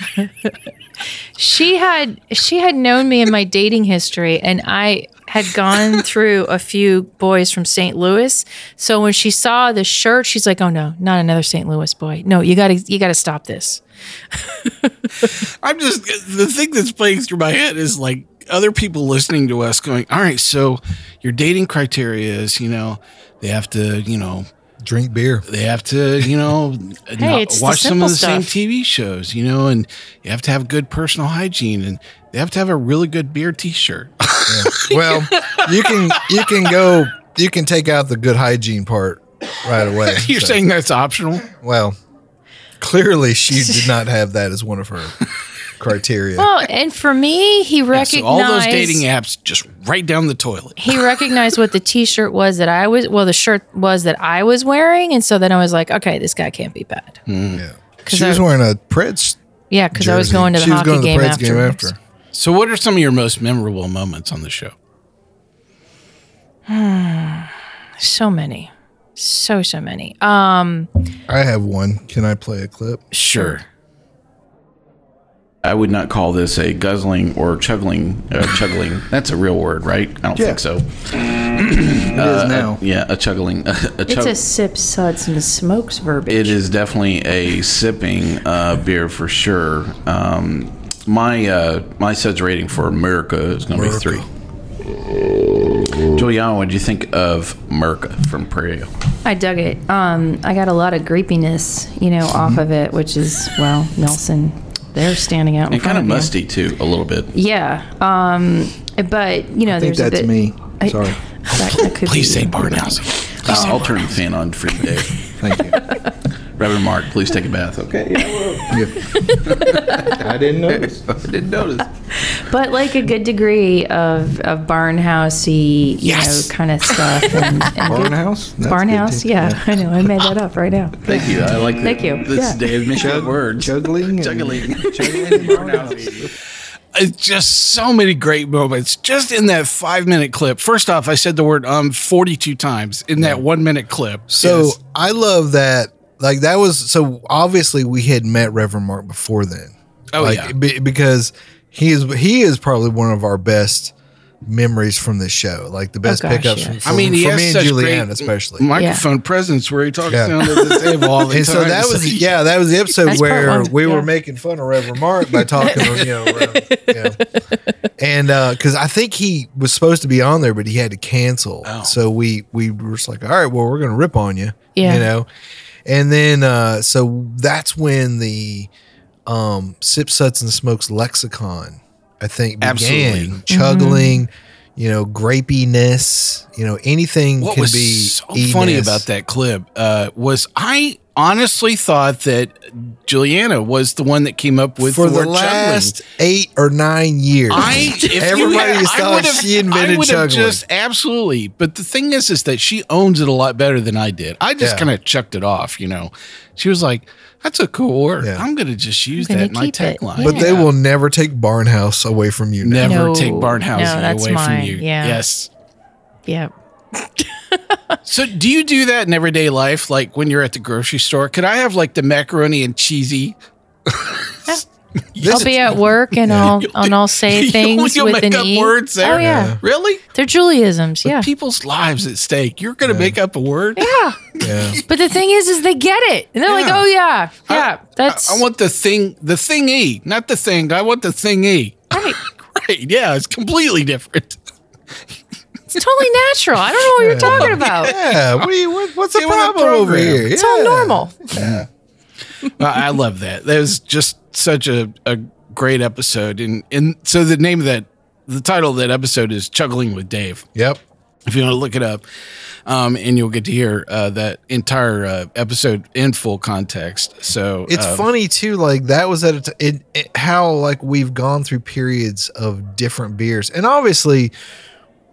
Speaker 4: she had she had known me in my dating history, and I had gone through a few boys from St. Louis. So when she saw the shirt, she's like, "Oh no, not another St. Louis boy! No, you gotta you gotta stop this."
Speaker 2: I'm just the thing that's playing through my head is like other people listening to us going, "All right, so your dating criteria is, you know, they have to, you know,
Speaker 3: Drink beer.
Speaker 2: they have to, you know, not-
Speaker 4: it's the
Speaker 2: watch some of the same
Speaker 4: simple stuff.
Speaker 2: TV shows, you know, and you have to have good personal hygiene and they have to have a really good beer T-shirt."
Speaker 3: Well, you can you can go you can take out the good hygiene part right away.
Speaker 2: You're
Speaker 3: So,
Speaker 2: saying that's optional?
Speaker 3: well, clearly she did not have that as one of her criteria.
Speaker 4: Well, and for me, he
Speaker 2: Yeah,
Speaker 4: recognized
Speaker 2: so all those dating apps just right down the toilet.
Speaker 4: he recognized what the T-shirt was that I was well, the shirt was that I was wearing, and so then I was like, "Okay, this guy can't be bad."
Speaker 2: Hmm.
Speaker 3: yeah. She was
Speaker 4: I-
Speaker 3: wearing a Preds
Speaker 4: Yeah, because I was
Speaker 3: jersey.
Speaker 4: going to the
Speaker 3: She was
Speaker 4: hockey
Speaker 3: going to
Speaker 4: game,
Speaker 3: Preds
Speaker 4: after.
Speaker 2: So what are some of your most memorable moments on the show?
Speaker 4: So many, so so many. Um.
Speaker 3: I have one. Can I play a clip?
Speaker 2: Sure.
Speaker 7: I would not call this a guzzling or chuggling. Uh, chuggling. That's a real word, right? I don't
Speaker 3: Yeah.
Speaker 7: think so.
Speaker 3: It is now.
Speaker 7: Yeah, a chuggling. A
Speaker 4: It's
Speaker 7: chug-
Speaker 4: a sip, suds, and smokes verbiage.
Speaker 7: it is definitely a sipping uh, beer for sure. Um, my uh, my suds rating for America is going to be three. Juliana, what do you think of Merca from Prairie?
Speaker 8: I dug it. Um, I got a lot of creepiness, you know,
Speaker 2: Hmm.
Speaker 8: off of it, which is well, Nelson, they're standing out. In
Speaker 7: And
Speaker 8: front
Speaker 7: kind of
Speaker 8: you.
Speaker 7: musty too, a little bit.
Speaker 8: Yeah. Um, but you know,
Speaker 3: I think
Speaker 8: there's a
Speaker 3: that's
Speaker 8: bit-
Speaker 3: me.
Speaker 8: I-
Speaker 3: Sorry.
Speaker 8: that- that could
Speaker 2: Please
Speaker 8: be-
Speaker 2: say Barnhouse.
Speaker 7: Uh, I'll turn the fan on for you, Dave.
Speaker 3: Thank you.
Speaker 7: Reverend Mark, please take a bath. Okay.
Speaker 9: I didn't notice.
Speaker 7: I didn't notice.
Speaker 8: But like a good degree of of barnhousey, you
Speaker 2: Yes.
Speaker 8: know, kind of stuff. And, and good-
Speaker 3: Barnhouse? That's
Speaker 8: Barnhouse,
Speaker 3: good, too.
Speaker 8: yeah, I know. I made that up right now.
Speaker 7: Thank you. I like that.
Speaker 8: Thank you.
Speaker 7: This
Speaker 8: Yeah.
Speaker 7: Dave made up words.
Speaker 9: Juggling.
Speaker 7: Juggling.
Speaker 2: It's Uh, just so many great moments just in that five minute clip. First off, I said the word um 42 times in that one minute clip.
Speaker 3: So
Speaker 2: Yes.
Speaker 3: I love that. Like that was so obviously we had met Reverend Mark before then.
Speaker 2: Oh,
Speaker 3: like,
Speaker 2: yeah.
Speaker 3: be- because he is he is probably one of our best memories from this show. Like the best
Speaker 4: Oh, gosh,
Speaker 3: pickups.
Speaker 4: yes.
Speaker 3: From,
Speaker 2: I mean,
Speaker 3: for
Speaker 2: he has
Speaker 3: me and
Speaker 2: such
Speaker 3: Julianne
Speaker 2: great
Speaker 3: especially.
Speaker 2: microphone presence where he talks
Speaker 3: Yeah.
Speaker 2: down at the table all the time.
Speaker 3: and so that was yeah, that was the episode
Speaker 4: That's part
Speaker 3: where
Speaker 4: one,
Speaker 3: we
Speaker 4: yeah.
Speaker 3: were making fun of Reverend Mark by talking, you know, around, you know. and because I think he was supposed to be on there, but he had to cancel.
Speaker 2: Oh.
Speaker 3: So we we were just like, all right, well, we're gonna rip on you,
Speaker 4: Yeah.
Speaker 3: you know. And then uh, so that's when the um, Sip Suts and Smokes lexicon, I think, began
Speaker 2: Absolutely. Mm-hmm.
Speaker 3: chuggling. You know, grapiness. You know, anything
Speaker 2: what
Speaker 3: can
Speaker 2: was
Speaker 3: be
Speaker 2: so funny
Speaker 3: E-ness.
Speaker 2: about that clip uh, was I honestly thought that Juliana was the one that came up with
Speaker 3: for the
Speaker 2: word juggling.
Speaker 3: last eight or nine years.
Speaker 2: I if you
Speaker 3: everybody
Speaker 2: had-
Speaker 3: is
Speaker 2: I
Speaker 3: thought
Speaker 2: would've-
Speaker 3: she
Speaker 2: I
Speaker 3: invented
Speaker 2: would've
Speaker 3: juggling.
Speaker 2: Just absolutely, but the thing is, is that she owns it a lot better than I did. I just
Speaker 3: Yeah.
Speaker 2: kind of chucked it off, you know. She was like, "That's a cool word.
Speaker 3: Yeah.
Speaker 2: I'm gonna just use
Speaker 4: gonna
Speaker 2: that in my
Speaker 4: keep it."
Speaker 2: tagline."
Speaker 3: but they will never take Barnhouse away from you. now.
Speaker 2: never
Speaker 4: No.
Speaker 2: take Barnhouse
Speaker 4: No, that's
Speaker 2: away
Speaker 4: mine.
Speaker 2: from you.
Speaker 4: Yeah.
Speaker 2: Yes.
Speaker 4: yeah.
Speaker 2: So, do you do that in everyday life, like when you're at the grocery store? Could I have like the macaroni and cheesy?
Speaker 4: I'll be at work and I'll and I'll say
Speaker 2: You'll-
Speaker 4: things
Speaker 2: you'll
Speaker 4: with
Speaker 2: make
Speaker 4: an
Speaker 2: up
Speaker 4: e.
Speaker 2: words there.
Speaker 4: Oh yeah,
Speaker 2: Really?
Speaker 4: they're Juliisms.
Speaker 2: With
Speaker 4: Yeah,
Speaker 2: people's lives at stake. You're gonna make up a word.
Speaker 3: Yeah.
Speaker 4: but the thing is, is they get it, and they're like,
Speaker 2: Yeah.
Speaker 4: oh yeah,
Speaker 2: I-
Speaker 4: yeah, that's
Speaker 2: I, I want the thing, the thingy, not the thing. I want the thingy.
Speaker 4: right.
Speaker 2: Right? Yeah, it's completely different.
Speaker 4: It's totally natural. I don't know what you're talking about.
Speaker 3: Yeah, what do you- what- what's the
Speaker 2: It was a
Speaker 3: problem over
Speaker 2: program.
Speaker 3: here?
Speaker 4: It's all
Speaker 3: Yeah.
Speaker 4: normal.
Speaker 2: I, I love that. That was just such a, a great episode. And and so the name of that, the title of that episode is "Chuggling with Dave."
Speaker 3: Yep.
Speaker 2: If you want to look it up, um, and you'll get to hear uh, that entire uh, episode in full context. So
Speaker 3: It's
Speaker 2: um,
Speaker 3: funny too. Like that was at a t- it, it, how like we've gone through periods of different beers, and obviously,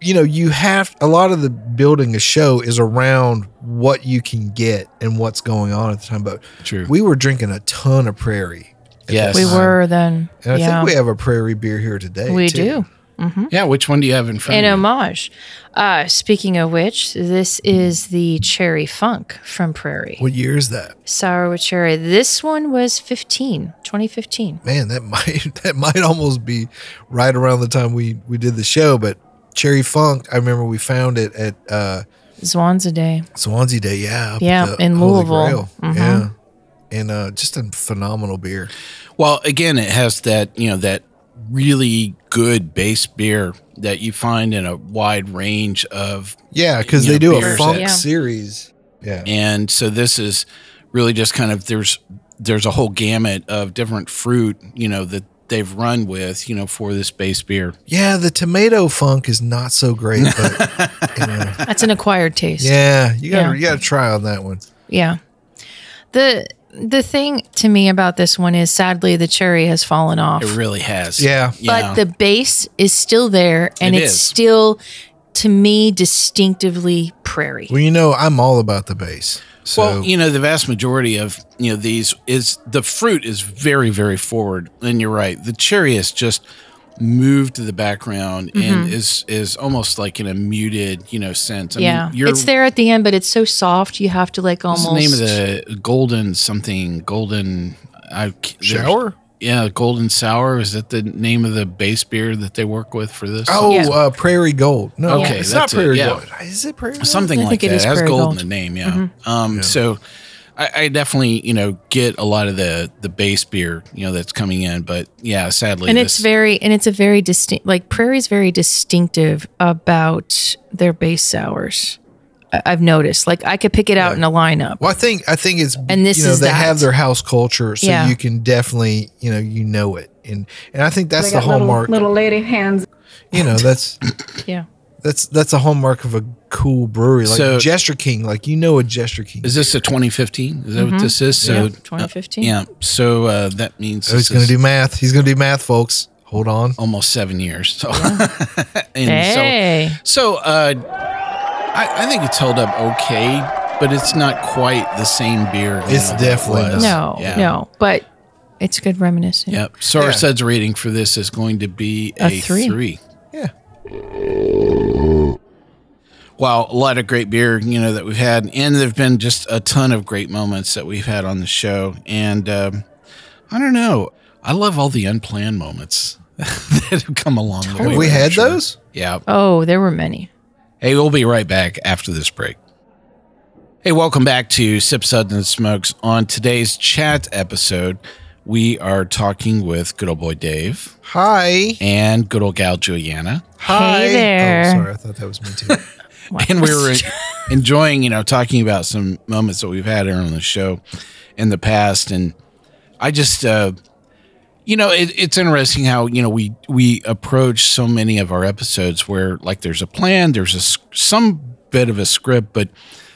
Speaker 3: you know, you have a lot of the building a show is around what you can get and what's going on at the time. But
Speaker 2: True.
Speaker 3: we were drinking a ton of Prairie.
Speaker 2: Yes.
Speaker 4: We were then.
Speaker 3: And I
Speaker 4: yeah,
Speaker 3: think we have a prairie beer here today.
Speaker 4: we
Speaker 3: too.
Speaker 4: do.
Speaker 7: Yeah, which one do you have in front
Speaker 4: in
Speaker 7: of you?
Speaker 4: homage. Uh, speaking of which, this is the Cherry Funk from Prairie.
Speaker 3: What year is that?
Speaker 4: Sour with Cherry. This one was 15, 2015.
Speaker 3: Man, that might that might almost be right around the time we we did the show. But Cherry Funk, I remember we found it at uh,
Speaker 4: Zwan's a day.
Speaker 3: Swansea Day. Yeah, up
Speaker 4: Yeah,
Speaker 3: the
Speaker 4: in
Speaker 3: Holy
Speaker 4: Louisville.
Speaker 3: Grail.
Speaker 4: Mhm.
Speaker 3: Yeah, and uh, just a phenomenal beer.
Speaker 7: Well, again, it has that, you know, that really good base beer that you find in a wide range of
Speaker 3: Yeah, because
Speaker 7: You
Speaker 3: they
Speaker 7: know,
Speaker 3: do a
Speaker 7: beers
Speaker 3: funk
Speaker 4: that- Yeah.
Speaker 3: series. Yeah,
Speaker 7: and so this is really just kind of there's there's a whole gamut of different fruit, you know, that they've run with, you know, for this base beer.
Speaker 3: yeah. The tomato funk is not so great, but you know,
Speaker 4: That's an acquired taste.
Speaker 3: yeah, you gotta
Speaker 4: Yeah.
Speaker 3: you gotta try on that one.
Speaker 4: Yeah. The the thing to me about this one is sadly the cherry has fallen off.
Speaker 7: It really has.
Speaker 3: Yeah.
Speaker 7: You
Speaker 4: but
Speaker 7: know,
Speaker 4: the base is still there and
Speaker 7: It
Speaker 4: it's
Speaker 7: is.
Speaker 4: still to me distinctively prairie.
Speaker 3: Well, you know, I'm all about the bass. So
Speaker 7: well, you know, the vast majority of, you know, these is the fruit is very very forward and you're right. The cherry has just moved to the background and
Speaker 4: Mm-hmm.
Speaker 7: is is almost like in a muted, you know, sense. I
Speaker 4: yeah.
Speaker 7: mean, you're,
Speaker 4: it's there at the end, but it's so soft you have to like
Speaker 7: What's
Speaker 4: almost
Speaker 7: the name of the golden something golden I, c- there's-
Speaker 3: Shower?
Speaker 7: Yeah, golden sour. Is that the name of the base beer that they work with for this?
Speaker 3: oh,
Speaker 4: Yeah.
Speaker 3: uh, Prairie Gold. No,
Speaker 7: Okay,
Speaker 3: it's not
Speaker 7: that's it,
Speaker 3: Prairie
Speaker 7: yeah.
Speaker 3: Gold. Is it Prairie Gold?
Speaker 7: something
Speaker 4: I
Speaker 7: like
Speaker 4: think
Speaker 7: that.
Speaker 4: it
Speaker 7: It
Speaker 4: is
Speaker 7: has
Speaker 4: Prairie
Speaker 7: gold,
Speaker 4: Gold. Mm-hmm.
Speaker 7: in the name. Yeah. Um, So I, I definitely you know get a lot of the the base beer you know that's coming in, but yeah, sadly,
Speaker 4: and
Speaker 7: this,
Speaker 4: it's very and it's a very distinct like prairie's very distinctive about their base sours I- i've noticed like i could pick it out in a lineup
Speaker 3: Well, I think I think it's
Speaker 4: And this
Speaker 3: you know
Speaker 4: is
Speaker 3: they
Speaker 4: that.
Speaker 3: have their house culture, so
Speaker 4: Yeah.
Speaker 3: you can definitely you know you know it, and and I think that's
Speaker 10: They
Speaker 3: the
Speaker 10: got little,
Speaker 3: hallmark.
Speaker 10: little lady hands.
Speaker 3: You know that's
Speaker 4: yeah
Speaker 3: that's that's a hallmark of a cool brewery like
Speaker 7: So-
Speaker 3: Jester King. Like you know a Jester King.
Speaker 7: Is this a 2015? Is that
Speaker 4: Mm-hmm.
Speaker 7: what this is? So
Speaker 4: Yeah,
Speaker 7: uh,
Speaker 4: 2015.
Speaker 7: yeah. So uh, that means
Speaker 3: oh, he's
Speaker 7: this
Speaker 3: gonna
Speaker 7: is Oh
Speaker 3: do math. He's gonna do math, folks. Hold on.
Speaker 7: almost seven years. So, and so
Speaker 4: hey
Speaker 7: So uh, I, I think it's held up okay, but it's not quite the same beer. you
Speaker 3: It's
Speaker 7: know,
Speaker 3: definitely
Speaker 7: that it was.
Speaker 4: no
Speaker 7: Yeah.
Speaker 4: no but it's good reminiscing
Speaker 7: Yep. So our suds rating for this is going to be a,
Speaker 4: A three.
Speaker 7: three.
Speaker 3: Yeah.
Speaker 7: Wow, a lot of great beer, you know, that we've had, and there've been just a ton of great moments that we've had on the show. And um, I don't know, I love all the unplanned moments that have come along. the way,
Speaker 3: Have we
Speaker 7: for
Speaker 3: had
Speaker 7: sure.
Speaker 3: those?
Speaker 7: Yeah.
Speaker 4: oh there were many
Speaker 7: Hey, we'll be right back after this break. Hey, welcome back to Sip Suds and Smokes. On today's chat episode, we are talking with good old boy Dave
Speaker 3: Hi.
Speaker 7: and good old gal Juliana.
Speaker 3: Hi.
Speaker 4: there.
Speaker 3: Oh, sorry. I thought that was me too.
Speaker 7: And we were enjoying, you know, talking about some moments that we've had here on the show in the past. And I just, uh, you know, it, it's interesting how you know we we approach so many of our episodes where like there's a plan, there's a s- some bit of a script, but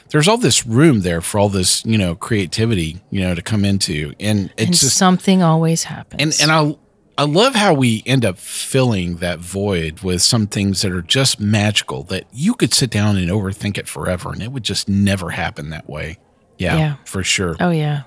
Speaker 7: there's all this room there for all this you know creativity you know to come into, and it's
Speaker 4: and
Speaker 7: just
Speaker 4: something always happens
Speaker 7: and and I I love how we end up filling that void with some things that are just magical that you could sit down and overthink it forever and it would just never happen that way. Yeah,
Speaker 4: Yeah.
Speaker 7: for sure.
Speaker 4: oh yeah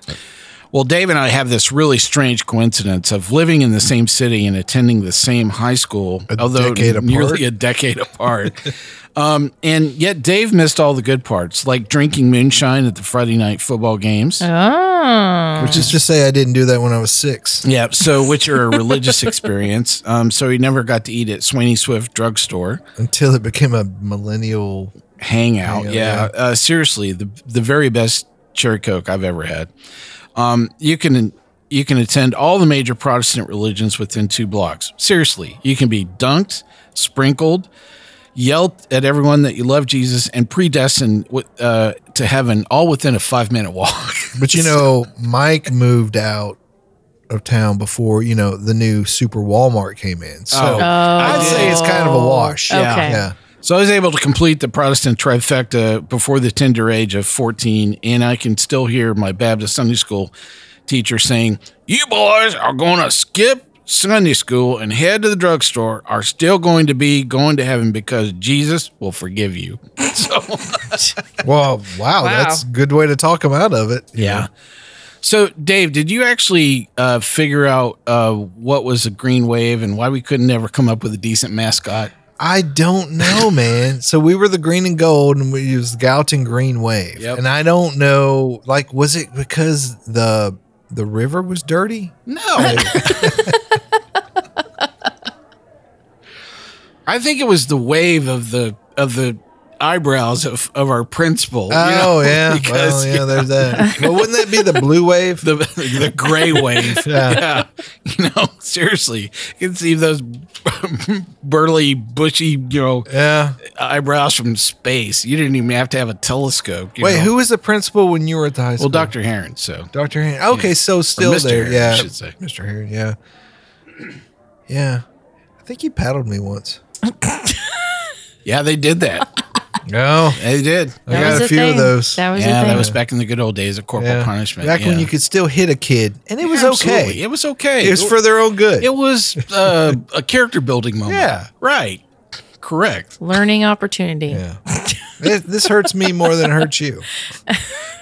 Speaker 7: Well, Dave and I have this really strange coincidence of living in the same city and attending the same high school, although
Speaker 3: decade apart.
Speaker 7: nearly a decade apart. um, and yet, Dave missed all the good parts, like drinking moonshine at the Friday night football games.
Speaker 4: oh
Speaker 3: Just to say, I didn't do that when I was six.
Speaker 7: Yeah. So, which are a religious experience. Um, so he never got to eat at Sweeney Swift drugstore
Speaker 3: Until it became a millennial.
Speaker 7: hangout.
Speaker 3: Hangout,
Speaker 7: yeah. Uh, seriously, the the very best cherry coke I've ever had. Um, you can you can attend all the major Protestant religions within two blocks. Seriously, you can be dunked, sprinkled, yelled at everyone that you love Jesus, and predestined with, uh, to heaven, all within a five minute walk.
Speaker 3: But you know, Mike moved out of town before you know the new super Walmart came in. So
Speaker 7: Oh.
Speaker 3: I'd say it's kind
Speaker 4: Oh.
Speaker 3: of a wash.
Speaker 4: Okay.
Speaker 3: Yeah.
Speaker 7: So I was able to complete the Protestant trifecta before the tender age of 14, and I can still hear my Baptist Sunday school teacher saying, You boys are going to skip Sunday school and head to the drugstore, are still going to be going to heaven because Jesus will forgive you. So,
Speaker 3: Well, wow, that's a good way to talk him out of it.
Speaker 7: yeah.
Speaker 2: So, Dave, did you actually uh, figure out uh, what was a green wave and why we couldn't ever come up with a decent mascot?
Speaker 3: I don't know, man. So we were the green and gold, and we used Galton Green Wave.
Speaker 2: Yep.
Speaker 3: And I don't know, like, was it because the the river was dirty?
Speaker 2: No. I think it was the wave of the of the eyebrows of, of our principal. you know,
Speaker 3: oh yeah,
Speaker 2: because
Speaker 3: well, yeah, There's that. Well, wouldn't that be the blue wave?
Speaker 2: the the gray wave. yeah. you know, seriously, you can see those burly, bushy, you know,
Speaker 3: yeah.
Speaker 2: eyebrows from space. You didn't even have to have a telescope. you
Speaker 3: Wait,
Speaker 2: know.
Speaker 3: who was the principal when you were at the high
Speaker 2: Well,
Speaker 3: school?
Speaker 2: Doctor Heron. So
Speaker 3: Doctor Heron. Okay, so still
Speaker 2: Mr.
Speaker 3: there.
Speaker 2: Heron,
Speaker 3: yeah,
Speaker 2: I should say.
Speaker 3: Mr. Heron. Yeah, yeah. I think you paddled me once.
Speaker 2: yeah, they did that.
Speaker 3: No,
Speaker 2: they did.
Speaker 3: I got a few of those.
Speaker 4: That was
Speaker 2: yeah,
Speaker 4: a thing.
Speaker 2: that was back in the good old days of corporal
Speaker 3: Yeah.
Speaker 2: punishment.
Speaker 3: Back when
Speaker 2: yeah.
Speaker 3: you could still hit a kid, and it was
Speaker 2: Absolutely.
Speaker 3: okay.
Speaker 2: It was okay.
Speaker 3: It was for their own good.
Speaker 2: It was uh, a character building moment.
Speaker 3: Yeah.
Speaker 2: Right. Correct.
Speaker 4: Learning opportunity.
Speaker 3: yeah. This- this hurts me more than it hurts you.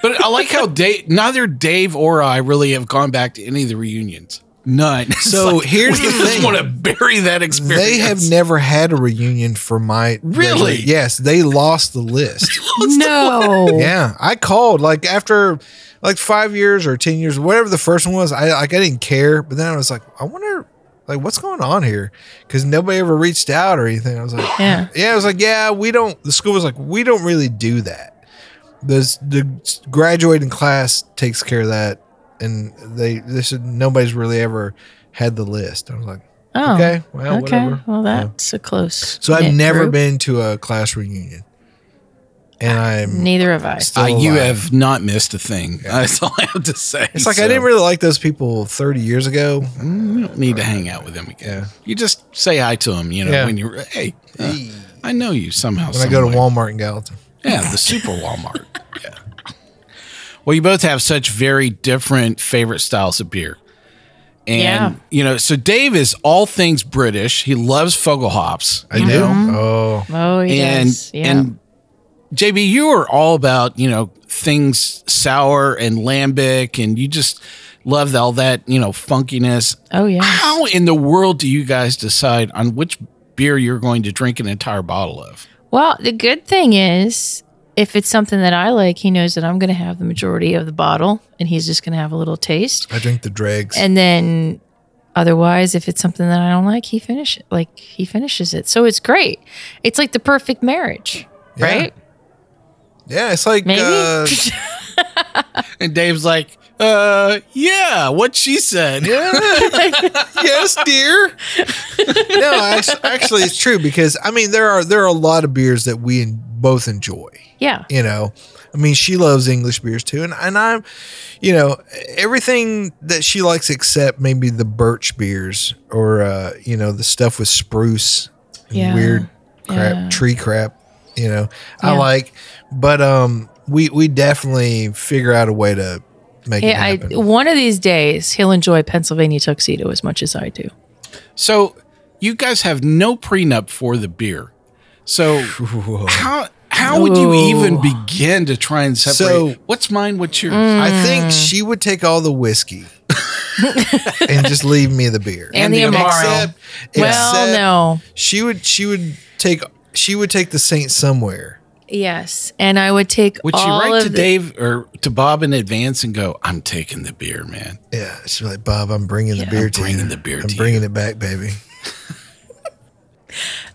Speaker 2: But I like how Dave, neither Dave or I really have gone back to any of the reunions. None. It's
Speaker 3: So here's
Speaker 2: we
Speaker 3: the
Speaker 2: just
Speaker 3: thing.
Speaker 2: want to bury that experience.
Speaker 3: They have never had a reunion for my
Speaker 2: Really?
Speaker 3: Yes, they lost the list.
Speaker 4: No.
Speaker 3: yeah, I called like after like five years or ten years, whatever the first one was. I like I didn't care, but then I was like, I wonder like what's going on here because nobody ever reached out or anything. I was like,
Speaker 4: Yeah.
Speaker 3: yeah, I was like, yeah, we don't. The school was like, we don't really do that. The the graduating class takes care of that, and they this is, nobody's really ever had the list. I was like,
Speaker 4: Oh.
Speaker 3: okay, well,
Speaker 4: okay.
Speaker 3: whatever.
Speaker 4: Well, that's a close.
Speaker 3: So I've
Speaker 4: knit
Speaker 3: never
Speaker 4: group.
Speaker 3: been to a class reunion, and I'm.
Speaker 4: Neither have I.
Speaker 3: still
Speaker 2: Uh, you
Speaker 3: alive.
Speaker 2: have not missed a thing. That's all I have to say.
Speaker 3: It's like I didn't really like those people 30 years ago.
Speaker 2: You don't need to hang out with them again.
Speaker 3: Yeah.
Speaker 2: You just say hi to them. You know
Speaker 3: Yeah.
Speaker 2: when you're hey, uh, I know you somehow.
Speaker 3: When I go to
Speaker 2: somewhere.
Speaker 3: Walmart in Gallatin.
Speaker 2: Yeah, the super Walmart. yeah. Well, you both have such very different favorite styles of beer. And,
Speaker 4: Yeah.
Speaker 2: you know, so Dave is all things British. He loves Fogle hops.
Speaker 3: I do. Oh,
Speaker 4: Oh, he
Speaker 2: and,
Speaker 4: does. Yeah.
Speaker 2: and JB, you are all about, you know, things sour and lambic, and you just love all that, you know, funkiness.
Speaker 4: oh, yeah.
Speaker 2: How in the world do you guys decide on which beer you're going to drink an entire bottle of?
Speaker 4: Well, the good thing is, if it's something that I like, he knows that I'm going to have the majority of the bottle, and he's just going to have a little taste.
Speaker 3: I drink the dregs.
Speaker 4: And then, otherwise, if it's something that I don't like, he finish like he finishes it. So it's great. It's like the perfect marriage,
Speaker 3: Yeah.
Speaker 4: right?
Speaker 3: yeah, it's like
Speaker 4: Maybe.
Speaker 3: uh,
Speaker 2: And Dave's like, uh, yeah, what she said.
Speaker 3: yes, dear. no, actually, actually, it's true because I mean there are there are a lot of beers that we en- both enjoy.
Speaker 4: yeah.
Speaker 3: you know i mean she loves english beers too and, and i'm you know everything that she likes except maybe the birch beers or uh you know the stuff with spruce and
Speaker 4: Yeah.
Speaker 3: weird crap
Speaker 4: Yeah.
Speaker 3: tree crap you know i
Speaker 4: Yeah.
Speaker 3: like but um we we definitely figure out a way to make
Speaker 4: Yeah, I,
Speaker 3: it happen
Speaker 4: one of these days he'll enjoy Pennsylvania tuxedo as much as I do.
Speaker 2: So you guys have no prenup for the beer. So how how would
Speaker 4: Oh.
Speaker 2: you even begin to try and separate
Speaker 3: So-
Speaker 2: what's mine, what's yours?
Speaker 4: Mm,
Speaker 3: I,
Speaker 4: Hmm.
Speaker 3: think she would take all the whiskey and just leave me the beer
Speaker 4: And the Amaro.
Speaker 3: except,
Speaker 4: Well,
Speaker 3: except
Speaker 4: no.
Speaker 3: she would she would take she would take the saint somewhere
Speaker 4: Yes. And I would take
Speaker 2: Would she
Speaker 4: all
Speaker 2: write
Speaker 4: of
Speaker 2: to
Speaker 4: the-
Speaker 2: Dave or to Bob in advance and go, I'm taking the beer, man.
Speaker 3: Yeah, she's like, Bob, I'm bringing the beer to
Speaker 2: bringing
Speaker 3: you.
Speaker 2: the beer
Speaker 3: I'm
Speaker 2: to
Speaker 3: bringing it back, baby.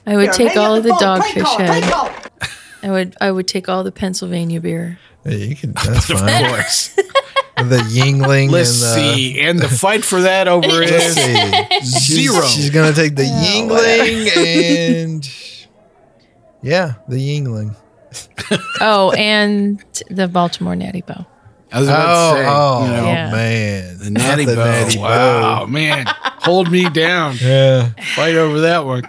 Speaker 4: I would take all of the dogfish
Speaker 9: Pringle,
Speaker 4: head.
Speaker 9: Pringle.
Speaker 4: I would I would take all the Pennsylvania beer.
Speaker 3: Yeah, you can. That's
Speaker 2: Of
Speaker 3: fine.
Speaker 2: course.
Speaker 3: the Yingling.
Speaker 2: Let's
Speaker 3: and uh, the,
Speaker 2: see. And uh, the fight for that over
Speaker 3: Let's
Speaker 2: is
Speaker 3: see. She's-
Speaker 2: zero.
Speaker 3: She's gonna take the
Speaker 4: Oh,
Speaker 3: Yingling and yeah, the Yingling.
Speaker 4: Oh, and the Baltimore Natty Bow.
Speaker 2: I was
Speaker 3: Oh,
Speaker 2: about to say,
Speaker 3: oh,
Speaker 2: you know,
Speaker 4: Yeah.
Speaker 3: man,
Speaker 2: the natty
Speaker 3: Not
Speaker 2: bow.
Speaker 3: the Natty
Speaker 2: wow,
Speaker 3: Bow.
Speaker 2: man. Hold me down.
Speaker 3: Yeah,
Speaker 2: Fight over that one.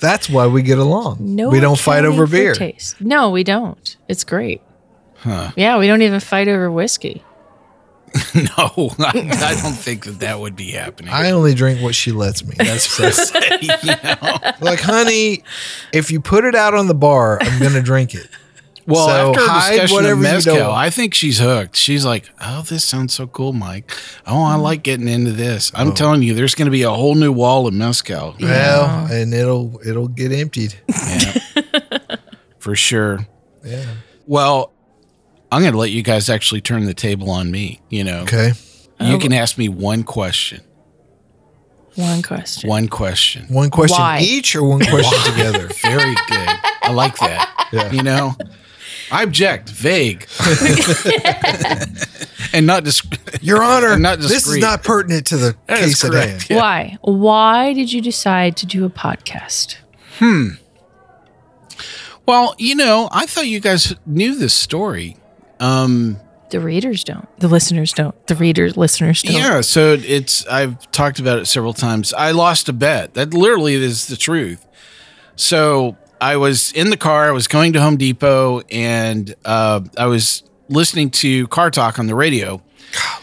Speaker 3: that's why we get along.
Speaker 4: No,
Speaker 3: we don't fight
Speaker 4: accounting
Speaker 3: over
Speaker 4: for
Speaker 3: beer.
Speaker 4: Taste. No, we don't. It's great. Yeah, we don't even fight over whiskey.
Speaker 2: No, I, I don't think that that would be happening.
Speaker 3: I only drink what she lets me. That's
Speaker 2: That's what I'm saying, you know?
Speaker 3: like, honey, if you put it out on the bar, I'm gonna drink it.
Speaker 2: Well,
Speaker 3: So
Speaker 2: after
Speaker 3: hide
Speaker 2: her discussion of
Speaker 3: whatever you
Speaker 2: mezcal,
Speaker 3: don't.
Speaker 2: I think she's hooked. She's like, "Oh, this sounds so cool, Mike. Oh, I like getting into this." I'm telling you, there's going to be a whole new wall of mezcal
Speaker 3: Well, and it'll it'll get emptied.
Speaker 2: for sure.
Speaker 3: Yeah.
Speaker 2: Well, I'm going to let you guys actually turn the table on me. You know,
Speaker 3: Okay.
Speaker 2: you can ask me one question.
Speaker 4: One question.
Speaker 2: One question.
Speaker 3: One question
Speaker 4: Why?
Speaker 3: each or one question together?
Speaker 2: Very good. I like that. You know, I object. Vague. and not just.
Speaker 3: Your Honor,
Speaker 2: And not
Speaker 3: this is
Speaker 2: discreet.
Speaker 3: not pertinent to the
Speaker 2: That is
Speaker 3: case at hand.
Speaker 2: correct. Yeah.
Speaker 4: Why? Why did you decide to do a podcast?
Speaker 2: Well, you know, I thought you guys knew this story. Um,
Speaker 4: The readers don't. The listeners don't. The readers, listeners don't.
Speaker 2: yeah, so it's I've talked about it several times. I lost a bet. That literally is the truth. So I was in the car. I was going to Home Depot, and uh, I was listening to Car Talk on the radio.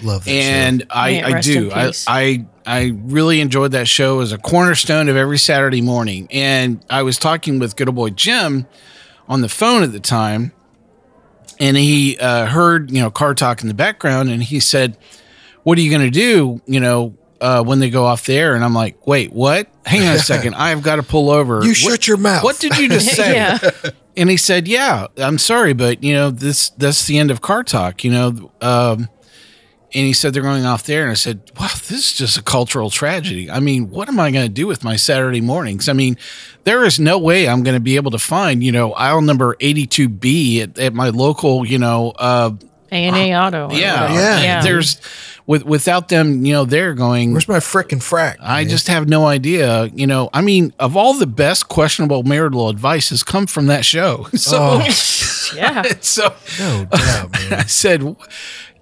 Speaker 3: Love that. show.
Speaker 2: and I,
Speaker 4: May it
Speaker 2: I
Speaker 4: rest
Speaker 2: do.
Speaker 4: in
Speaker 2: I,
Speaker 4: peace.
Speaker 2: I I really enjoyed that show. It was a cornerstone of every Saturday morning. And I was talking with good old boy Jim on the phone at the time, and he uh, heard you know car talk in the background, and he said, "What are you going to do?" You know. Uh, when they go off the air, and I'm like, "Wait, what? Hang on a second. I've got to pull over."
Speaker 3: You
Speaker 2: What-
Speaker 3: shut your mouth.
Speaker 2: What did you just say?
Speaker 4: Yeah.
Speaker 2: And he said, "Yeah, I'm sorry, but you know this that's the end of car talk. You know." Um, and he said they're going off there, and I said, "Wow, this is just a cultural tragedy. I mean, what am I going to do with my Saturday mornings? I mean, there is no way I'm going to be able to find you know aisle number 82B at, at my local you know uh,
Speaker 4: A&A Auto. or
Speaker 2: yeah,
Speaker 4: whatever.
Speaker 3: Yeah.
Speaker 2: There's with without them you know they're going
Speaker 3: Where's my frickin' frack?
Speaker 2: I
Speaker 3: man?
Speaker 2: just have no idea. You know, I mean, of all the best questionable marital advice has come from that show. So,
Speaker 4: yeah.
Speaker 2: so
Speaker 3: Oh, no doubt, man.
Speaker 2: I said,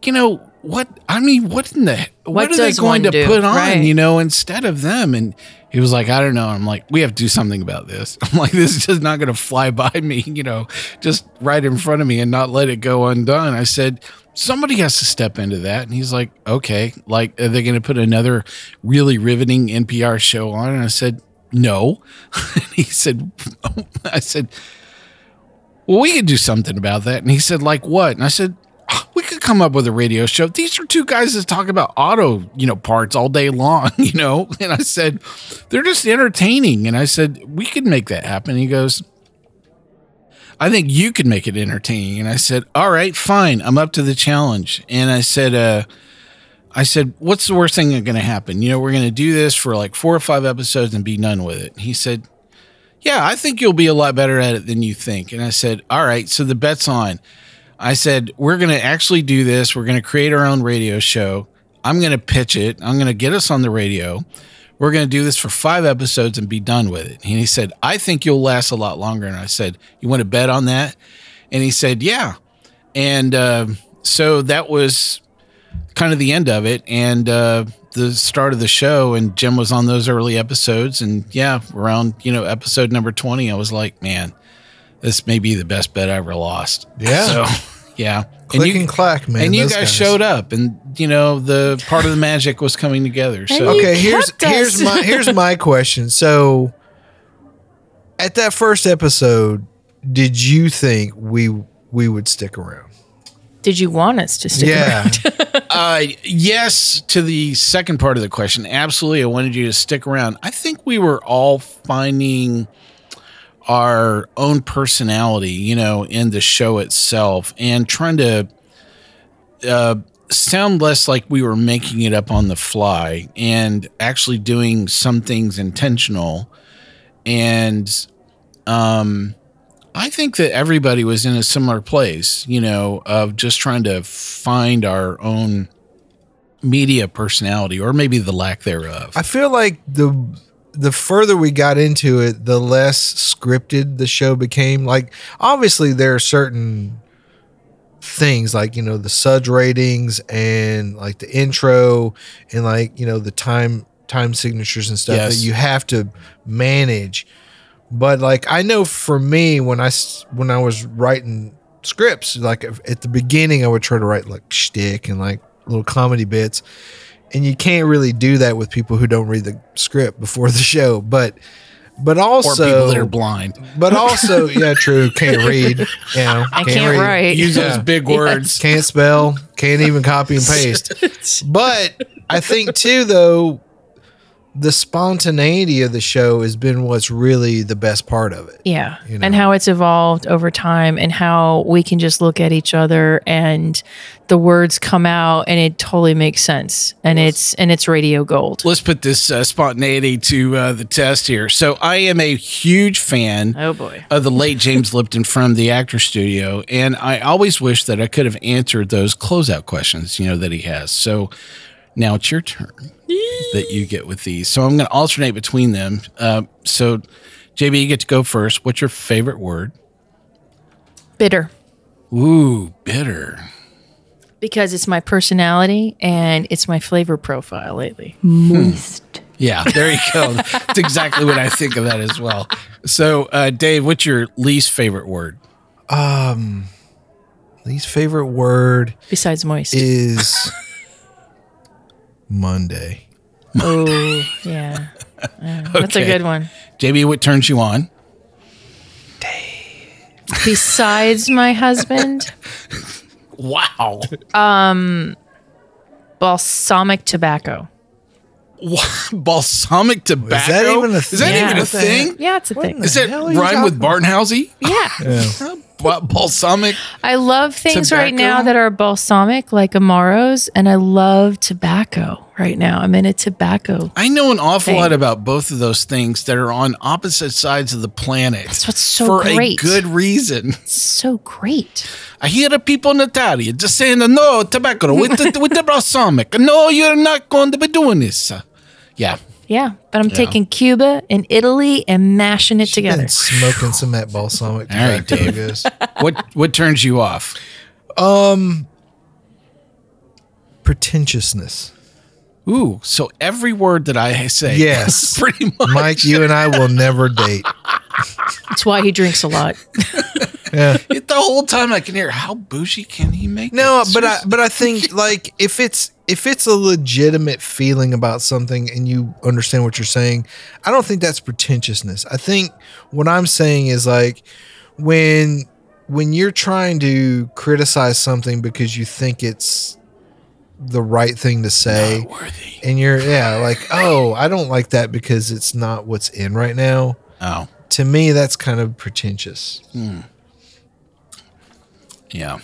Speaker 2: you know, what? I mean, what in the? What,
Speaker 4: What
Speaker 2: are they
Speaker 4: does
Speaker 2: going to
Speaker 4: one do?
Speaker 2: put on?
Speaker 4: Right.
Speaker 2: You know, instead of them. And he was like, I don't know. I'm like, we have to do something about this. I'm like, this is just not going to fly by me. You know, just right in front of me and not let it go undone. I said. Somebody has to step into that. And he's like, okay, like, are they going to put another really riveting NPR show on? And I said, no. and he said, I said, well, we could do something about that. And he said, like what? And I said, "Ah, we could come up with a radio show. These are two guys that talk about auto, you know, parts all day long, you know? And I said, they're just entertaining. And I said, we could make that happen. And he goes, I think you could make it entertaining. And I said, all right, fine. I'm up to the challenge. And I said, uh, I said, what's the worst thing that's going to happen? You know, we're going to do this for like four or five episodes and be done with it. And he said, yeah, I think you'll be a lot better at it than you think. And I said, All right, so the bet's on. I said, We're going to actually do this. We're going to create our own radio show. I'm going to pitch it. I'm going to get us on the radio. We're going to do this for five episodes and be done with it. And he said, I think you'll last a lot longer. And I said, You want to bet on that? And he said, Yeah. And uh, so that was kind of the end of it and uh, the start of the show. And Jim was on those early episodes. And yeah, around, you know, episode number 20, I was like, man, this may be the best bet I ever lost.
Speaker 3: Yeah.
Speaker 2: So, yeah.
Speaker 3: Click and,
Speaker 2: you,
Speaker 3: clack, man.
Speaker 2: and you
Speaker 3: those
Speaker 2: guys, showed up and, you know, the part of the magic was coming together. So,
Speaker 4: you-
Speaker 3: Okay, here's
Speaker 4: kept us.
Speaker 3: here's my here's my question. So, at that first episode, did you think we we would stick around?
Speaker 4: Did you want us to stick around?
Speaker 3: Yeah,
Speaker 2: uh, yes, to the second part of the question, absolutely. I wanted you to stick around. I think we were all finding our own personality, you know, in the show itself and trying to uh, sound less like we were making it up on the fly and actually doing some things intentional. And um, I think that everybody was in a similar place, you know, of just trying to find our own media personality or maybe the lack thereof.
Speaker 3: I feel like the the further we got into it, the less scripted the show became. Like, obviously, there are certain things like you know the suds ratings and like the intro and like you know the time time signatures and stuff
Speaker 2: Yes.
Speaker 3: that you have to manage but like i know for me when i s- when i was writing scripts like if- at the beginning i would try to write like shtick and like little comedy bits and you can't really do that with people who don't read the script before the show but But
Speaker 2: or
Speaker 3: also,
Speaker 2: people that are blind.
Speaker 3: but also, yeah, true. Can't read. Yeah,
Speaker 4: I can't write.
Speaker 2: Use those
Speaker 3: Yeah.
Speaker 2: big words.
Speaker 3: Can't spell. Can't even copy and paste. but I think too, though, the spontaneity of the show has been what's really the best part of it.
Speaker 4: Yeah.
Speaker 3: you know.
Speaker 4: And how it's evolved over time and how we can just look at each other and the words come out and it totally makes sense. And it's and it's radio gold.
Speaker 2: Let's put this uh, spontaneity to uh, the test here. So I am a huge fan.
Speaker 4: Oh boy.
Speaker 2: of uh, the late James Lipton from the Actor Studio, and I always wish that I could have answered those closeout questions, you know, that he has. So now it's your turn that you get with these. So I'm going to alternate between them. Uh, so, JB, you get to go first. What's your favorite word?
Speaker 4: Bitter.
Speaker 2: Ooh, bitter.
Speaker 4: Because it's my personality and it's my flavor profile lately.
Speaker 8: Moist.
Speaker 2: Yeah, there you go. That's exactly what I think of that as well. So, uh, Dave, what's your least favorite word?
Speaker 3: Least favorite word
Speaker 4: Besides moist.
Speaker 3: is Monday.
Speaker 4: oh yeah. Yeah. That's a
Speaker 2: Okay.
Speaker 4: good one.
Speaker 2: JB, what turns you on?
Speaker 4: Besides my husband,
Speaker 2: Wow.
Speaker 4: balsamic tobacco.
Speaker 2: What? balsamic tobacco.
Speaker 3: even a
Speaker 2: Is that
Speaker 3: thing?
Speaker 2: even
Speaker 4: Yeah.
Speaker 2: a thing?
Speaker 4: Yeah, it's a thing.
Speaker 2: Is it
Speaker 3: hell are you
Speaker 2: rhyme with Barnhousey?
Speaker 4: Yeah.
Speaker 2: Ba- balsamic.
Speaker 4: I love things right now
Speaker 2: Tobacco?
Speaker 4: that are balsamic, like Amaro's, and I love tobacco right now. I'm in a tobacco.
Speaker 2: I know an awful
Speaker 4: Thing.
Speaker 2: lot about both of those things that are on opposite sides of the planet. That's
Speaker 4: what's so
Speaker 2: for
Speaker 4: great.
Speaker 2: a good reason.
Speaker 4: It's so great.
Speaker 2: I hear the people in Italy just saying, "No tobacco with the, with the balsamic. No, you're not going to be doing this." Uh, yeah,
Speaker 4: Yeah, but I'm taking Cuba and Italy and mashing it together.
Speaker 3: Been smoking some of that balsamic.
Speaker 2: All right,
Speaker 3: tobacco, I
Speaker 2: Dave.
Speaker 3: guess.
Speaker 2: what what turns you off?
Speaker 3: Pretentiousness.
Speaker 2: Ooh, so every word that I say,
Speaker 3: Yes.
Speaker 2: pretty much.
Speaker 3: Mike, you and I will never date.
Speaker 4: That's why he drinks a lot.
Speaker 3: Yeah.
Speaker 2: the whole time I can hear how bougie can he make?
Speaker 3: No,
Speaker 2: it?
Speaker 3: but I but I think like if it's if it's a legitimate feeling about something and you understand what you're saying, I don't think that's pretentiousness. I think what I'm saying is like when when you're trying to criticize something because you think it's the right thing to say
Speaker 2: worthy.
Speaker 3: and you're yeah, like, "Oh, I don't like that because it's not what's in right now."
Speaker 2: Oh,
Speaker 3: To me, that's kind of pretentious.
Speaker 2: yeah.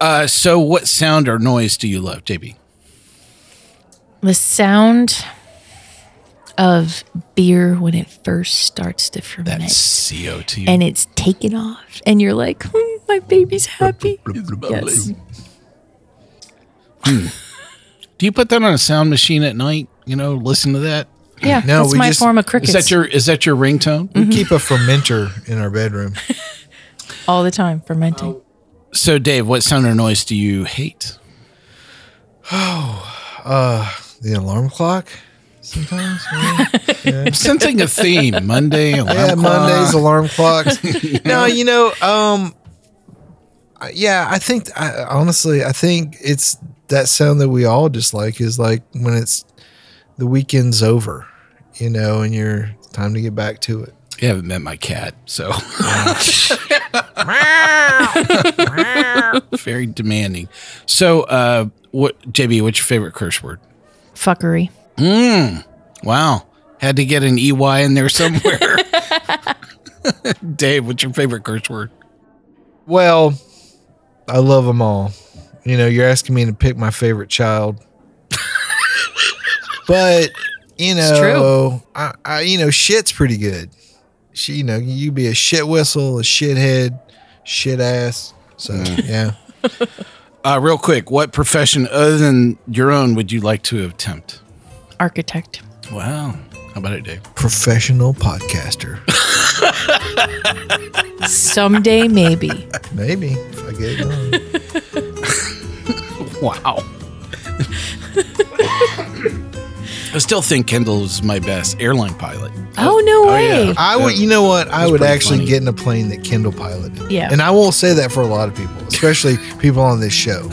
Speaker 2: Uh, so, what sound or noise do you love, JB?
Speaker 4: the sound of beer when it first starts to ferment
Speaker 2: That's CO two.
Speaker 4: and it's taken off, and you're like, hmm, my baby's happy. yes.
Speaker 2: do you put that on a sound machine at night? You know, listen to that.
Speaker 4: Yeah,
Speaker 3: No,
Speaker 4: that's
Speaker 3: we
Speaker 4: my
Speaker 3: just-
Speaker 4: form of
Speaker 2: Is
Speaker 4: crickets
Speaker 2: that your is that your ringtone?
Speaker 3: We keep a fermenter in our bedroom.
Speaker 4: all the time, fermenting.
Speaker 2: So, Dave, what sound or noise do you hate?
Speaker 3: The alarm clock sometimes. yeah.
Speaker 2: I'm sensing a theme. Monday, alarm
Speaker 3: yeah,
Speaker 2: clock.
Speaker 3: Mondays alarm clocks. no, you know, um, I- yeah, I think I, honestly, I think it's that sound that we all dislike is like when it's the weekend's over, you know, and you're time to get back to it.
Speaker 2: You haven't met my cat, so very demanding. So, uh, what JB? What's your favorite curse word?
Speaker 4: Fuckery.
Speaker 2: Wow. Had to get an EY in there somewhere. Dave, what's your favorite curse word?
Speaker 3: Well, I love them all. You know, you're asking me to pick my favorite child, but you know, I, I you know, shit's pretty good. She, you know, you be a shit whistle, a shithead, shit ass. So yeah,
Speaker 2: Uh, real quick, what profession other than your own would you like to attempt?
Speaker 4: Architect.
Speaker 2: Wow. How about it, Dave?
Speaker 3: professional podcaster.
Speaker 4: Someday, maybe.
Speaker 3: Maybe if I get it done.
Speaker 2: Wow. I still think Kendall is my best airline pilot.
Speaker 4: Oh, no way.
Speaker 2: yeah.
Speaker 3: I would. You know what? I
Speaker 2: That's
Speaker 3: would
Speaker 2: pretty
Speaker 3: actually
Speaker 2: funny.
Speaker 3: get in a plane that Kindle piloted.
Speaker 4: Yeah.
Speaker 3: and I won't say that for a lot of people, especially people on this show.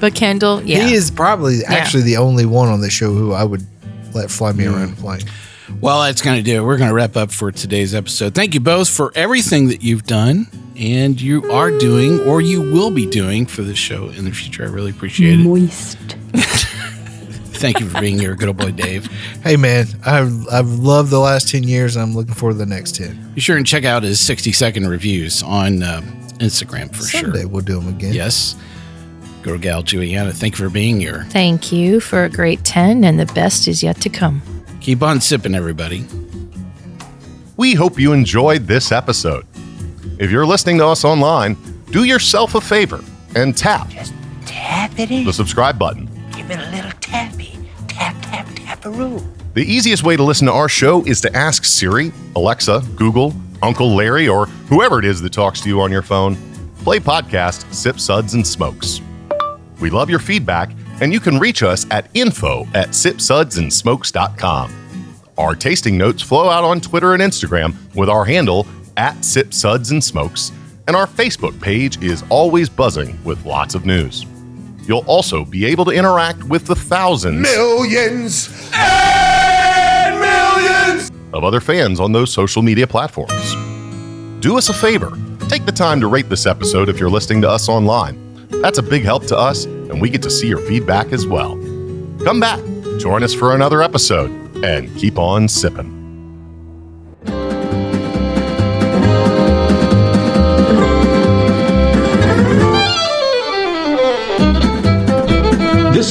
Speaker 4: But Kendall, yeah.
Speaker 2: Mm.
Speaker 3: He is probably actually the only one on the show who I would let fly me around the plane.
Speaker 2: Well, that's going to do it. We're going to wrap up for today's episode. Thank you both for everything that you've done and you are doing or you will be doing for this show in the future. I really appreciate it.
Speaker 8: Moist.
Speaker 2: Thank you for being here, good old boy Dave.
Speaker 3: Hey man, I've I've loved the last ten years. and I'm looking forward to the next ten.
Speaker 2: Be sure and check out his 60 second reviews on uh, Instagram for
Speaker 3: Someday
Speaker 2: sure.
Speaker 3: we'll do them again.
Speaker 2: Yes. Girl Gal Juliana, thank you for being here.
Speaker 4: Thank you for a great 10, and the best is yet to come.
Speaker 2: Keep on sipping, everybody.
Speaker 5: We hope you enjoyed this episode. If you're listening to us online, do yourself a favor and tap
Speaker 9: Tap it in.
Speaker 5: the subscribe button.
Speaker 9: Give it a little tappy. Tap, tap, tap a
Speaker 5: The easiest way to listen to our show is to ask Siri, Alexa, Google, Uncle Larry, or whoever it is that talks to you on your phone. Play podcast, sip suds, and smokes. We love your feedback, and you can reach us at info at sipsudsandsmokes.com. Our tasting notes flow out on Twitter and Instagram with our handle at sipsudsandsmokes, and our Facebook page is always buzzing with lots of news. You'll also be able to interact with the thousands
Speaker 11: Millions and millions.
Speaker 5: of other fans on those social media platforms. Do us a favor take the time to rate this episode if you're listening to us online. That's a big help to us, and we get to see your feedback as well. Come back, join us for another episode, and keep on sipping.
Speaker 1: This